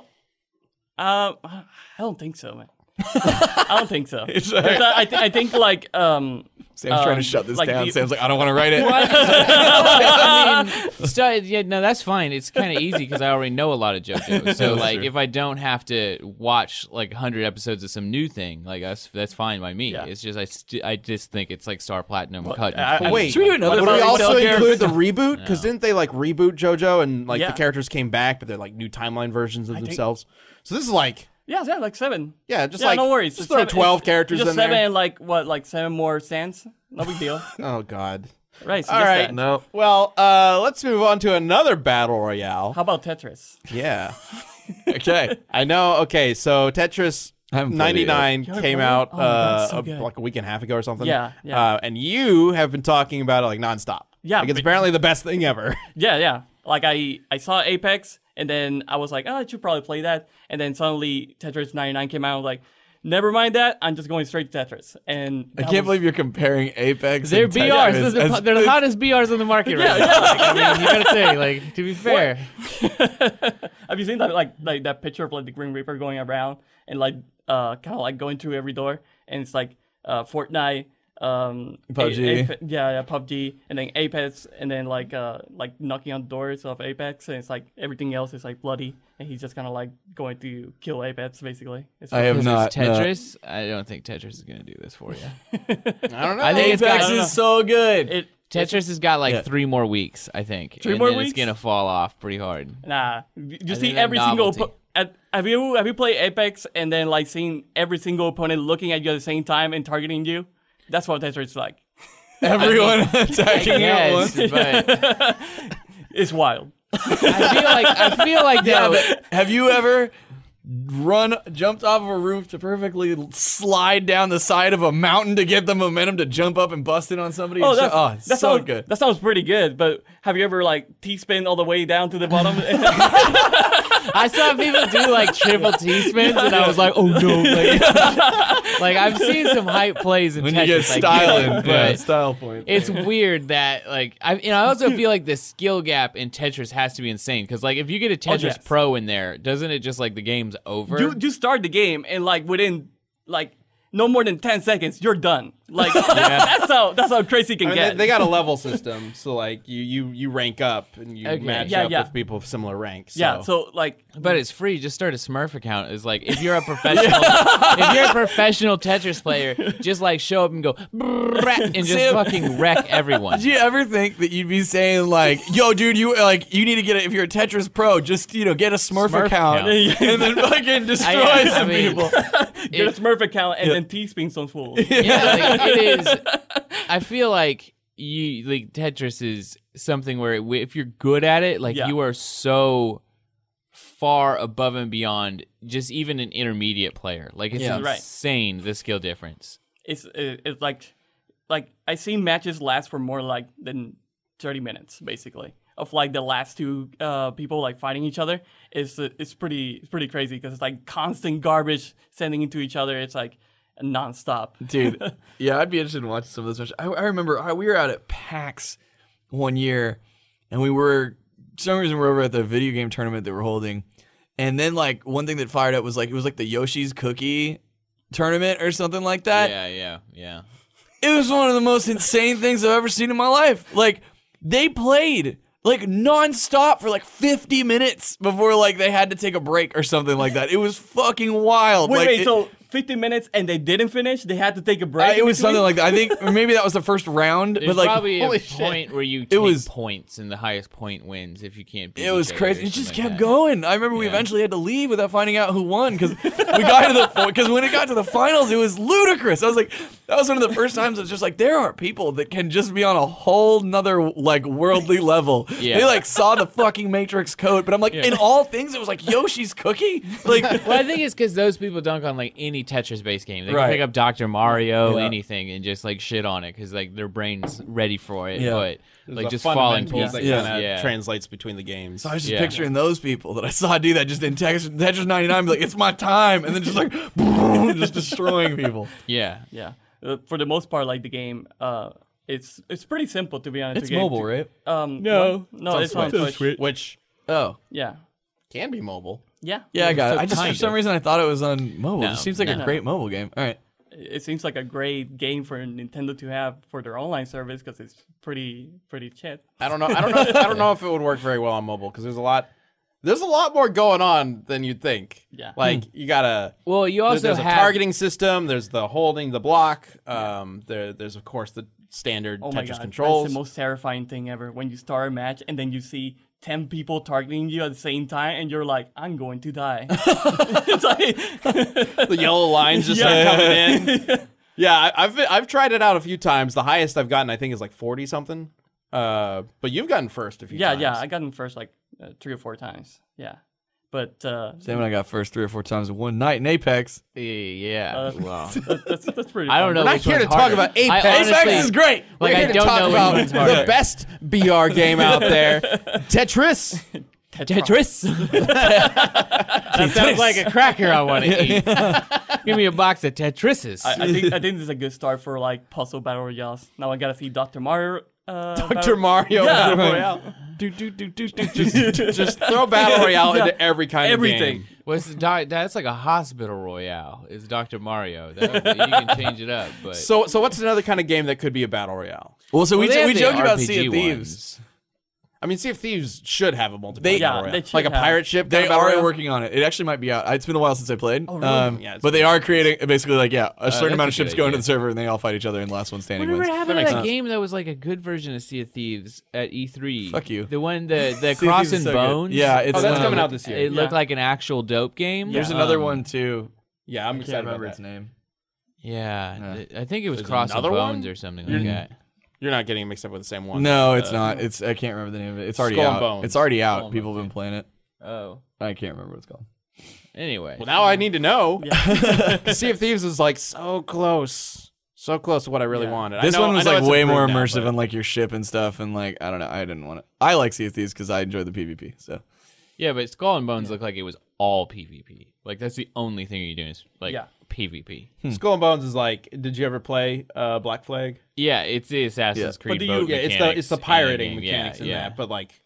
Speaker 5: um, I don't think so,
Speaker 1: (laughs)
Speaker 5: man. I don't think so.
Speaker 3: It's all
Speaker 5: Because I, I, thi- I think like um,
Speaker 3: Sam's trying to
Speaker 5: Um,
Speaker 3: shut this
Speaker 5: like
Speaker 3: down.
Speaker 5: the-
Speaker 3: Sam's like, "I don't want to write it."
Speaker 4: (laughs) I mean, st- yeah, no, that's fine. It's kind of easy because I already know a lot of JoJo. So like, if I don't have to watch like hundred episodes of some new thing, like that's that's fine by me. It's just I st- I just think it's like Star Platinum cut. and
Speaker 1: I-
Speaker 4: clean.
Speaker 1: wait.
Speaker 3: Should we do another?
Speaker 1: Would we
Speaker 3: Fairy Tail
Speaker 1: also
Speaker 3: character?
Speaker 1: include the reboot? Because didn't they like reboot JoJo and like
Speaker 5: Yeah.
Speaker 1: the characters came back, but they're like new timeline versions of
Speaker 5: think-
Speaker 1: themselves. So this is like,
Speaker 5: yeah, yeah, like seven.
Speaker 1: yeah, just
Speaker 5: yeah,
Speaker 1: like
Speaker 5: no worries.
Speaker 1: Just
Speaker 5: It's
Speaker 1: throw
Speaker 5: seven-
Speaker 1: twelve
Speaker 5: it's-
Speaker 1: characters
Speaker 5: just
Speaker 1: in
Speaker 5: seven
Speaker 1: there.
Speaker 5: and like what, like seven more stands. No
Speaker 1: (laughs)
Speaker 5: big deal,
Speaker 1: Oh God.
Speaker 5: right? So
Speaker 1: All
Speaker 5: just
Speaker 1: right.
Speaker 5: that.
Speaker 1: No. Well, uh, let's move on to another battle royale.
Speaker 5: How about Tetris?
Speaker 1: Yeah.
Speaker 3: okay.
Speaker 1: I know. (laughs) Okay, so Tetris
Speaker 3: I haven't played it yet.
Speaker 1: 99 came out
Speaker 5: Oh,
Speaker 1: uh,
Speaker 5: that's so
Speaker 1: a-
Speaker 5: good.
Speaker 1: like a week and a half ago or something.
Speaker 5: Yeah, yeah.
Speaker 1: Uh, and you have been talking about it like nonstop.
Speaker 5: Yeah,
Speaker 1: like it's
Speaker 5: but-
Speaker 1: apparently the best thing (laughs) ever.
Speaker 5: Yeah, yeah. Like I, I saw Apex, and then I was like, oh, I should probably play that. And then suddenly Tetris 99 came out. I was like, never mind that. I'm just going straight to Tetris. And
Speaker 3: I can't believe you're comparing Apex. (laughs)
Speaker 4: They're
Speaker 3: and
Speaker 4: BRs.
Speaker 3: Tetris
Speaker 4: They're the-
Speaker 3: as-
Speaker 4: they're the hottest BRs on the market right now. Like, I mean, you gotta say, like, to be fair,
Speaker 5: Have you seen that like like that picture of like the Green Reaper going around and like uh kind of like going through every door and it's like uh Fortnite, um, A-
Speaker 3: PUBG.
Speaker 5: Ape- yeah, yeah, PUBG, and then Apex, and then like uh like knocking on doors of Apex, and it's like everything else is like bloody, and he's just kind of like going to kill Apex basically. It's
Speaker 3: I have
Speaker 4: because
Speaker 3: not.
Speaker 4: it's Tetris. I don't think Tetris is gonna do this for you.
Speaker 1: (laughs) I don't know.
Speaker 4: I
Speaker 3: No.
Speaker 4: think it's
Speaker 3: Apex
Speaker 4: got
Speaker 3: is so good.
Speaker 5: it
Speaker 4: Tetris has got like
Speaker 3: Yeah.
Speaker 4: three more weeks, I think. Three and
Speaker 5: more
Speaker 4: then
Speaker 5: weeks?
Speaker 4: It's gonna fall off pretty hard.
Speaker 5: nah. You
Speaker 4: I
Speaker 5: you
Speaker 4: think
Speaker 5: see
Speaker 4: that
Speaker 5: every single.
Speaker 4: novelty.
Speaker 5: oppo- at- have you have you played Apex and then like seeing every single opponent looking at you at the same time and targeting you? That's what Tetris is like.
Speaker 3: (laughs) Everyone attacking you at
Speaker 4: Yes,
Speaker 3: once.
Speaker 4: but
Speaker 3: (laughs)
Speaker 5: It's wild.
Speaker 4: I feel like I feel like
Speaker 3: (laughs) Yeah,
Speaker 4: though,
Speaker 3: but have you ever run jumped off of a roof to perfectly slide down the side of a mountain to get the momentum to jump up and bust in on somebody? and shit? oh it's
Speaker 5: that
Speaker 3: so
Speaker 5: sounds
Speaker 3: good.
Speaker 5: That sounds pretty good. But have you ever like T spin all the way down to
Speaker 3: (laughs)
Speaker 5: the bottom? (laughs)
Speaker 4: I saw people do like triple T spins, and I was like, oh no! Like, like, (laughs) I've seen some hype plays in
Speaker 3: when you
Speaker 4: Tetris,
Speaker 3: get
Speaker 4: I
Speaker 3: styling,
Speaker 4: but
Speaker 3: yeah, style point.
Speaker 4: it's weird that like I you know I also feel like the skill gap in Tetris has to be insane because like if you get a Tetris
Speaker 5: yes.
Speaker 4: Pro in there, doesn't it just like the game's over?
Speaker 5: you you start the game and like within like no more than ten seconds, you're done.
Speaker 3: (laughs)
Speaker 5: Like that, (laughs) that's how that's how crazy it can
Speaker 1: I mean,
Speaker 5: get.
Speaker 1: they, they got a level system, so like you you you rank up and you
Speaker 4: Okay.
Speaker 1: match
Speaker 5: Yeah,
Speaker 1: up
Speaker 5: yeah.
Speaker 1: with people of similar ranks. So.
Speaker 5: yeah. So like
Speaker 4: But it's free. Just start a Smurf account. It's like if you're a professional, if you're a professional Tetris player, just like show up and go "Brrrr," and just
Speaker 3: Sam-
Speaker 4: fucking wreck everyone.
Speaker 3: Did you ever think that you'd be saying like, "Yo, dude, you like you need to get a, if you're a Tetris pro, just you know get a Smurf,
Speaker 4: Smurf
Speaker 3: account (laughs) (laughs)
Speaker 4: account.
Speaker 3: and then
Speaker 5: (laughs)
Speaker 3: fucking destroy
Speaker 4: I
Speaker 3: some
Speaker 4: mean,
Speaker 3: people."
Speaker 5: get a
Speaker 4: it-
Speaker 5: Smurf account and then T spin
Speaker 3: (laughs)
Speaker 5: some fool.
Speaker 4: yeah, like, it is. I feel like you like Tetris is something where it, if you're good at it, like
Speaker 5: Yeah.
Speaker 4: you are so far above and beyond just even an intermediate player. Like it's
Speaker 3: Yeah.
Speaker 5: Right.
Speaker 4: insane the skill difference.
Speaker 5: it's it, it's like like I seen matches last for more like than thirty minutes basically of like the last two uh, people like fighting each other. It's it's pretty it's pretty crazy because it's like constant garbage sending into each other. It's like nonstop.
Speaker 3: (laughs)
Speaker 5: (laughs)
Speaker 3: dude. Yeah, I'd be interested in watching some of those matches. I, I remember I, we were out at PAX one year, and we were for some reason we were over at the video game tournament they were holding, and then like one thing that fired up was like it was like the Yoshi's Cookie tournament or something like that.
Speaker 4: Yeah, yeah, yeah.
Speaker 3: It was one of the most insane things I've ever seen in my life. Like they played. Like nonstop for like 50 minutes before like they had to take a break or something like that. It was fucking wild.
Speaker 5: Wait,
Speaker 3: like,
Speaker 5: wait,
Speaker 3: it-
Speaker 5: so fifteen minutes and they didn't finish. They had to take a break.
Speaker 3: I- it
Speaker 5: in
Speaker 3: was something
Speaker 5: between?
Speaker 3: like that. I think (laughs) or maybe that was the first round,
Speaker 4: There's
Speaker 3: but like
Speaker 4: probably a
Speaker 3: holy
Speaker 4: point
Speaker 3: shit.
Speaker 4: where you take
Speaker 3: was-
Speaker 4: points and the highest point wins if you can't beat
Speaker 3: It was
Speaker 4: each other or
Speaker 3: crazy. It just
Speaker 4: something
Speaker 3: kept
Speaker 4: like that.
Speaker 3: going. I remember we eventually had to leave without finding out who won
Speaker 4: (laughs)
Speaker 3: because we got to the because when it got to the finals, it was ludicrous. I was like, that was one of the first times I was just like, there are people that can just be on a whole nother like
Speaker 4: (laughs)
Speaker 3: worldly level.
Speaker 4: Yeah.
Speaker 3: They like saw the fucking Matrix code, but I'm like, in all things, it was like Yoshi's cookie. Like,
Speaker 4: (laughs) Well, I think it's because those people dunk on like any Tetris based game. They
Speaker 3: Right.
Speaker 4: can pick up Doctor Mario,
Speaker 3: Yeah.
Speaker 4: anything, and just like shit on it because like their brain's ready for it.
Speaker 3: Yeah.
Speaker 4: But
Speaker 1: There's
Speaker 4: like
Speaker 1: a
Speaker 4: just falling
Speaker 1: fundamentals
Speaker 4: pieces.
Speaker 1: that
Speaker 3: Yeah.
Speaker 1: kinda
Speaker 4: Yeah.
Speaker 1: translates between the games.
Speaker 3: So I was just
Speaker 4: Yeah.
Speaker 3: picturing those people that I saw do that just in Tetris, Tetris 99, be like, it's my time. And then just like, (laughs) boom, just
Speaker 1: (laughs)
Speaker 3: destroying people.
Speaker 4: yeah.
Speaker 5: Yeah. Uh, for the most part, like the game, uh, it's it's pretty simple to be honest.
Speaker 3: It's
Speaker 5: the game
Speaker 3: mobile,
Speaker 5: to-
Speaker 3: right?
Speaker 5: Um,
Speaker 2: No.
Speaker 5: no, no, it's on
Speaker 2: It's on
Speaker 5: Switch.
Speaker 2: Switch.
Speaker 1: which
Speaker 3: Oh.
Speaker 5: Yeah,
Speaker 1: can be mobile.
Speaker 5: yeah,
Speaker 3: Yeah, I got
Speaker 4: So
Speaker 3: it. I just, for
Speaker 4: kind
Speaker 3: some
Speaker 4: of.
Speaker 3: reason, I thought it was on mobile. it
Speaker 4: No,
Speaker 3: just seems like a
Speaker 4: no.
Speaker 3: great mobile game. All right.
Speaker 5: It seems like a great game for Nintendo to have for their online service because it's pretty pretty cheap.
Speaker 1: I don't know. I don't know. If, I don't know if it would work very well on mobile because there's a lot. There's a lot more going on than you'd think.
Speaker 5: Yeah.
Speaker 1: Like you gotta.
Speaker 4: Well, you also
Speaker 1: there's
Speaker 4: have
Speaker 1: a targeting system. There's the holding the block. Um, there, there's of course the standard
Speaker 5: Oh my
Speaker 1: Tetris
Speaker 5: god,
Speaker 1: controls.
Speaker 5: that's the most terrifying thing ever. When you start a match and then you see ten people targeting you at the same time, and you're like, "I'm going
Speaker 1: (laughs)
Speaker 5: to die." it's like,
Speaker 1: the yellow lines just
Speaker 5: Yeah.
Speaker 1: start coming in. Yeah, I, I've I've tried it out a few times. The highest I've gotten, I think, is like forty something. Uh, but you've gotten first a few
Speaker 5: yeah,
Speaker 1: times.
Speaker 5: yeah, I got in first like uh, three or four times. Yeah, but uh,
Speaker 3: Sam and I got first three or four times in one night in Apex. (laughs)
Speaker 4: Yeah. (laughs) yeah.
Speaker 5: Uh,
Speaker 1: (laughs)
Speaker 4: well,
Speaker 5: that's that's pretty.
Speaker 4: I don't
Speaker 5: fun.
Speaker 4: know.
Speaker 1: We're not
Speaker 4: which
Speaker 1: here to
Speaker 4: one's
Speaker 1: talk
Speaker 4: harder.
Speaker 1: about
Speaker 4: I
Speaker 1: Apex.
Speaker 4: honestly-
Speaker 3: Apex is great.
Speaker 4: Like
Speaker 1: We're
Speaker 4: I
Speaker 1: here to
Speaker 4: don't
Speaker 1: talk
Speaker 4: know which
Speaker 1: about
Speaker 4: one's
Speaker 1: the
Speaker 4: harder.
Speaker 1: best BR game
Speaker 3: (laughs)
Speaker 1: out there, Tetris. (laughs)
Speaker 4: Tetris. that sounds like a cracker I want to eat. (laughs) Give me a box of Tetrises.
Speaker 5: I, I think I think this is a good start for like puzzle battle royales. Now I gotta see Doctor Mario.
Speaker 1: (laughs)
Speaker 5: Uh,
Speaker 1: Dr. Mario
Speaker 5: (laughs) Yeah.
Speaker 1: Battle Royale.
Speaker 4: (laughs)
Speaker 1: Just throw Battle Royale
Speaker 5: (laughs) Yeah.
Speaker 1: into every kind
Speaker 5: Everything.
Speaker 1: of game.
Speaker 4: What's the doc- that's like a hospital royale. It's Doctor Mario. That, you can change it up, but
Speaker 1: So, so what's another kind of game that could be a Battle Royale?
Speaker 3: Well, so
Speaker 4: Well, they
Speaker 3: we,
Speaker 4: have
Speaker 3: we
Speaker 4: the
Speaker 3: joked about Sea
Speaker 4: RPG
Speaker 3: of Thieves.
Speaker 4: ones.
Speaker 1: I mean, Sea of Thieves should have a multiplayer
Speaker 3: They-
Speaker 1: Battle
Speaker 5: yeah,
Speaker 1: Royale.
Speaker 5: they
Speaker 1: Like a
Speaker 5: should have.
Speaker 1: pirate ship. kind
Speaker 3: They
Speaker 1: of Battle
Speaker 3: are
Speaker 1: Royale?
Speaker 3: working on it. It actually might be out. It's been a while since I played. Oh, really? um,
Speaker 1: Yeah, it's
Speaker 3: but they are creating basically like yeah, a certain
Speaker 4: that's
Speaker 3: amount
Speaker 4: a
Speaker 3: of ships
Speaker 4: good
Speaker 3: go
Speaker 4: idea.
Speaker 3: into the server and they all fight each other and the last one standing
Speaker 4: Whatever
Speaker 3: wins.
Speaker 4: happened to
Speaker 1: makes
Speaker 4: that
Speaker 1: sense.
Speaker 4: game that was like a good version of Sea of Thieves at E3?
Speaker 3: Fuck you.
Speaker 4: The one the
Speaker 3: (laughs) Sea
Speaker 4: the
Speaker 3: of Thieves
Speaker 4: Cross
Speaker 3: is
Speaker 4: and
Speaker 3: so good.
Speaker 4: Bones.
Speaker 3: Yeah, it's
Speaker 1: Oh, that's
Speaker 3: um,
Speaker 1: coming out this year.
Speaker 4: It looked
Speaker 5: Yeah.
Speaker 4: like an actual dope game.
Speaker 3: There's
Speaker 4: Um,
Speaker 3: another one too.
Speaker 1: yeah, I'm
Speaker 3: I
Speaker 1: excited
Speaker 3: can't
Speaker 1: about
Speaker 3: remember
Speaker 1: that.
Speaker 3: its name.
Speaker 4: Yeah,
Speaker 3: Yeah.
Speaker 4: th- I think it was
Speaker 1: There's
Speaker 4: Cross and
Speaker 1: another one?
Speaker 4: Bones or something
Speaker 3: Mm-hmm.
Speaker 4: like that.
Speaker 1: You're not getting mixed up with the same one.
Speaker 3: No, it's
Speaker 1: Uh,
Speaker 3: not. It's I can't remember the name of it. It's already
Speaker 1: Skull and
Speaker 3: out.
Speaker 1: Bones.
Speaker 3: It's already
Speaker 4: Skull
Speaker 3: out.
Speaker 4: and
Speaker 3: People have
Speaker 4: Bones,
Speaker 3: been playing it.
Speaker 4: Oh,
Speaker 3: I can't remember what it's called.
Speaker 4: anyway.
Speaker 1: Well, now I need to know.
Speaker 5: Yeah.
Speaker 1: (laughs) 'Cause sea of Thieves is like so close, so close to what I really
Speaker 5: Yeah.
Speaker 1: wanted. I
Speaker 3: This
Speaker 1: know-
Speaker 3: one
Speaker 1: I
Speaker 3: was
Speaker 1: know
Speaker 3: like
Speaker 1: it's
Speaker 3: way more
Speaker 1: improved now,
Speaker 3: immersive
Speaker 1: but-
Speaker 3: on like your ship and stuff and like I don't know. I didn't want it. I like Sea of Thieves because I enjoy the PvP. So
Speaker 4: Yeah, but Skull and Bones looked like it was all PvP. Like that's the only thing you're doing is like
Speaker 5: Yeah.
Speaker 4: PvP.
Speaker 3: Hmm.
Speaker 1: Skull and Bones is like. Did you ever play uh, Black Flag?
Speaker 4: Yeah, it's the Assassin's
Speaker 3: Yeah. But
Speaker 4: Creed.
Speaker 1: do
Speaker 4: boat
Speaker 1: yeah, it's the
Speaker 4: mechanics
Speaker 1: it's the
Speaker 4: in
Speaker 1: pirating
Speaker 4: game. Yeah,
Speaker 1: mechanics in
Speaker 4: yeah.
Speaker 1: that, but like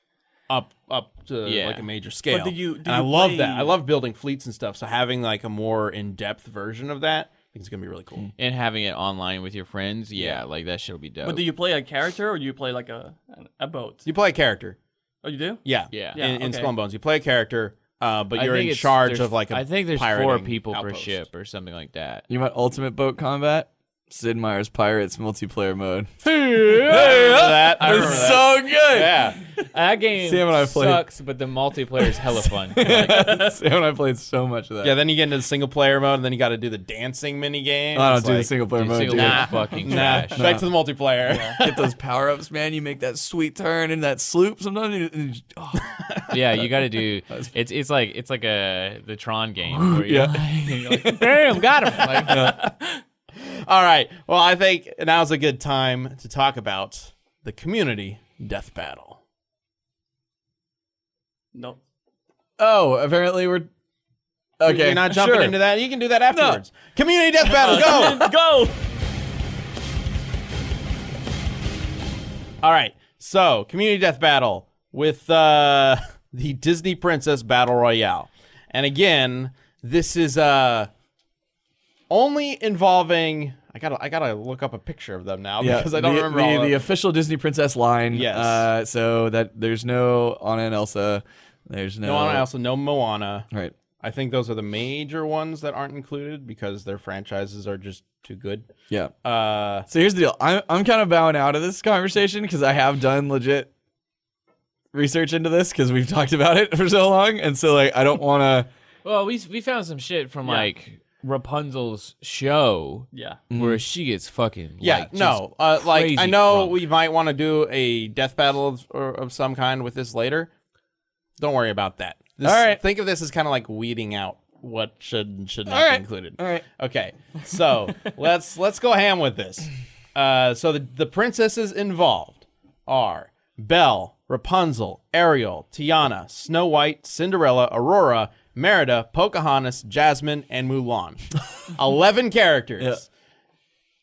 Speaker 1: up up to
Speaker 4: Yeah.
Speaker 1: like a major scale.
Speaker 5: do you- do
Speaker 1: and I
Speaker 5: you
Speaker 1: love
Speaker 5: play-
Speaker 1: that. I love building fleets and stuff. So having like a more in depth version of that, I think it's gonna be really cool.
Speaker 4: and having it online with your friends, yeah, like that shit'll be dope.
Speaker 5: but do you play a character or do you play like a an- a boat?
Speaker 1: You play a character,
Speaker 5: Oh, you do.
Speaker 1: yeah,
Speaker 4: Yeah.
Speaker 1: In,
Speaker 5: Yeah,
Speaker 1: in
Speaker 5: okay.
Speaker 1: Skull and Bones, you play a character, uh, but
Speaker 4: I
Speaker 1: you're
Speaker 4: think
Speaker 1: in
Speaker 4: it's-
Speaker 1: charge
Speaker 4: there's-
Speaker 1: of like a
Speaker 4: I think there's four
Speaker 1: pirating
Speaker 4: people per
Speaker 1: outpost.
Speaker 4: ship or something like that.
Speaker 3: you want ultimate boat combat? Sid Meier's Pirates multiplayer mode.
Speaker 1: (laughs) Remember that? (laughs) I remember
Speaker 3: It's
Speaker 1: that.
Speaker 3: so good.
Speaker 1: (laughs) yeah.
Speaker 4: (laughs) That game
Speaker 3: Sam and I played.
Speaker 4: sucks, but the multiplayer is hella
Speaker 1: (laughs)
Speaker 4: fun.
Speaker 3: (laughs) Sam and I played so much of that.
Speaker 1: Yeah, then you get into the single player mode, and then you got to do the dancing mini game.
Speaker 3: I don't
Speaker 1: It's
Speaker 3: do the
Speaker 1: like,
Speaker 3: single player mode.
Speaker 4: single
Speaker 3: dude.
Speaker 4: player fucking
Speaker 1: Nah,
Speaker 4: trash.
Speaker 1: back to the multiplayer.
Speaker 3: (laughs) Get those power ups, man. You make that sweet turn in that sloop. Sometimes you, and you-
Speaker 1: (laughs)
Speaker 3: oh,
Speaker 4: Yeah, you got to do. It's it's like it's like a the Tron
Speaker 1: (laughs)
Speaker 4: game.
Speaker 1: Oh,
Speaker 4: Where you're
Speaker 3: (laughs) Yeah.
Speaker 4: like- you're like, (laughs) Damn, got him. Like,
Speaker 1: (laughs) All right. Well, I think now's a good time to talk about the community death battle.
Speaker 5: No.
Speaker 3: oh, apparently we're okay.
Speaker 1: You're not jumping
Speaker 3: sure.
Speaker 1: into that. You can do that afterwards. Community
Speaker 3: (laughs)
Speaker 1: death battle. Go.
Speaker 5: (laughs) Go.
Speaker 1: All right. So, community death battle with uh, (laughs) the Disney Princess Battle Royale. And again, this is uh, only involving. I gotta, I gotta look up a picture of them now
Speaker 3: Yeah,
Speaker 1: (laughs) because I don't
Speaker 3: the,
Speaker 1: remember
Speaker 3: the,
Speaker 1: all of
Speaker 3: the
Speaker 1: them.
Speaker 3: official Disney princess line.
Speaker 1: Yes.
Speaker 3: Uh, so that there's no Anna and Elsa. There's no.
Speaker 1: No, I also know Moana.
Speaker 3: Right.
Speaker 1: I think those are the major ones that aren't included because their franchises are just too good.
Speaker 3: Yeah.
Speaker 1: Uh,
Speaker 3: So here's the deal. I'm I'm kind of bowing out of this conversation because I have done legit research into this because we've talked about it (laughs) for so long, and so like I don't want to.
Speaker 4: well, we we found some shit from
Speaker 5: Yeah.
Speaker 4: like Rapunzel's show
Speaker 5: Yeah.
Speaker 4: where she gets fucking.
Speaker 1: Mm-hmm. yeah,
Speaker 4: like, just
Speaker 1: no, uh, like I
Speaker 4: crazy
Speaker 1: know
Speaker 4: drunk.
Speaker 1: we might want to do a death battle of, or, of some kind with this later. Don't worry about that. This,
Speaker 3: All right.
Speaker 1: think of this as kind of like weeding out what should and should not
Speaker 3: All
Speaker 1: be
Speaker 3: right.
Speaker 1: included.
Speaker 3: All right.
Speaker 1: Okay, (laughs) so let's let's go ham with this. Uh, so the, the princesses involved are Belle, Rapunzel, Ariel, Tiana, Snow White, Cinderella, Aurora, Merida, Pocahontas, Jasmine, and Mulan. (laughs) Eleven characters.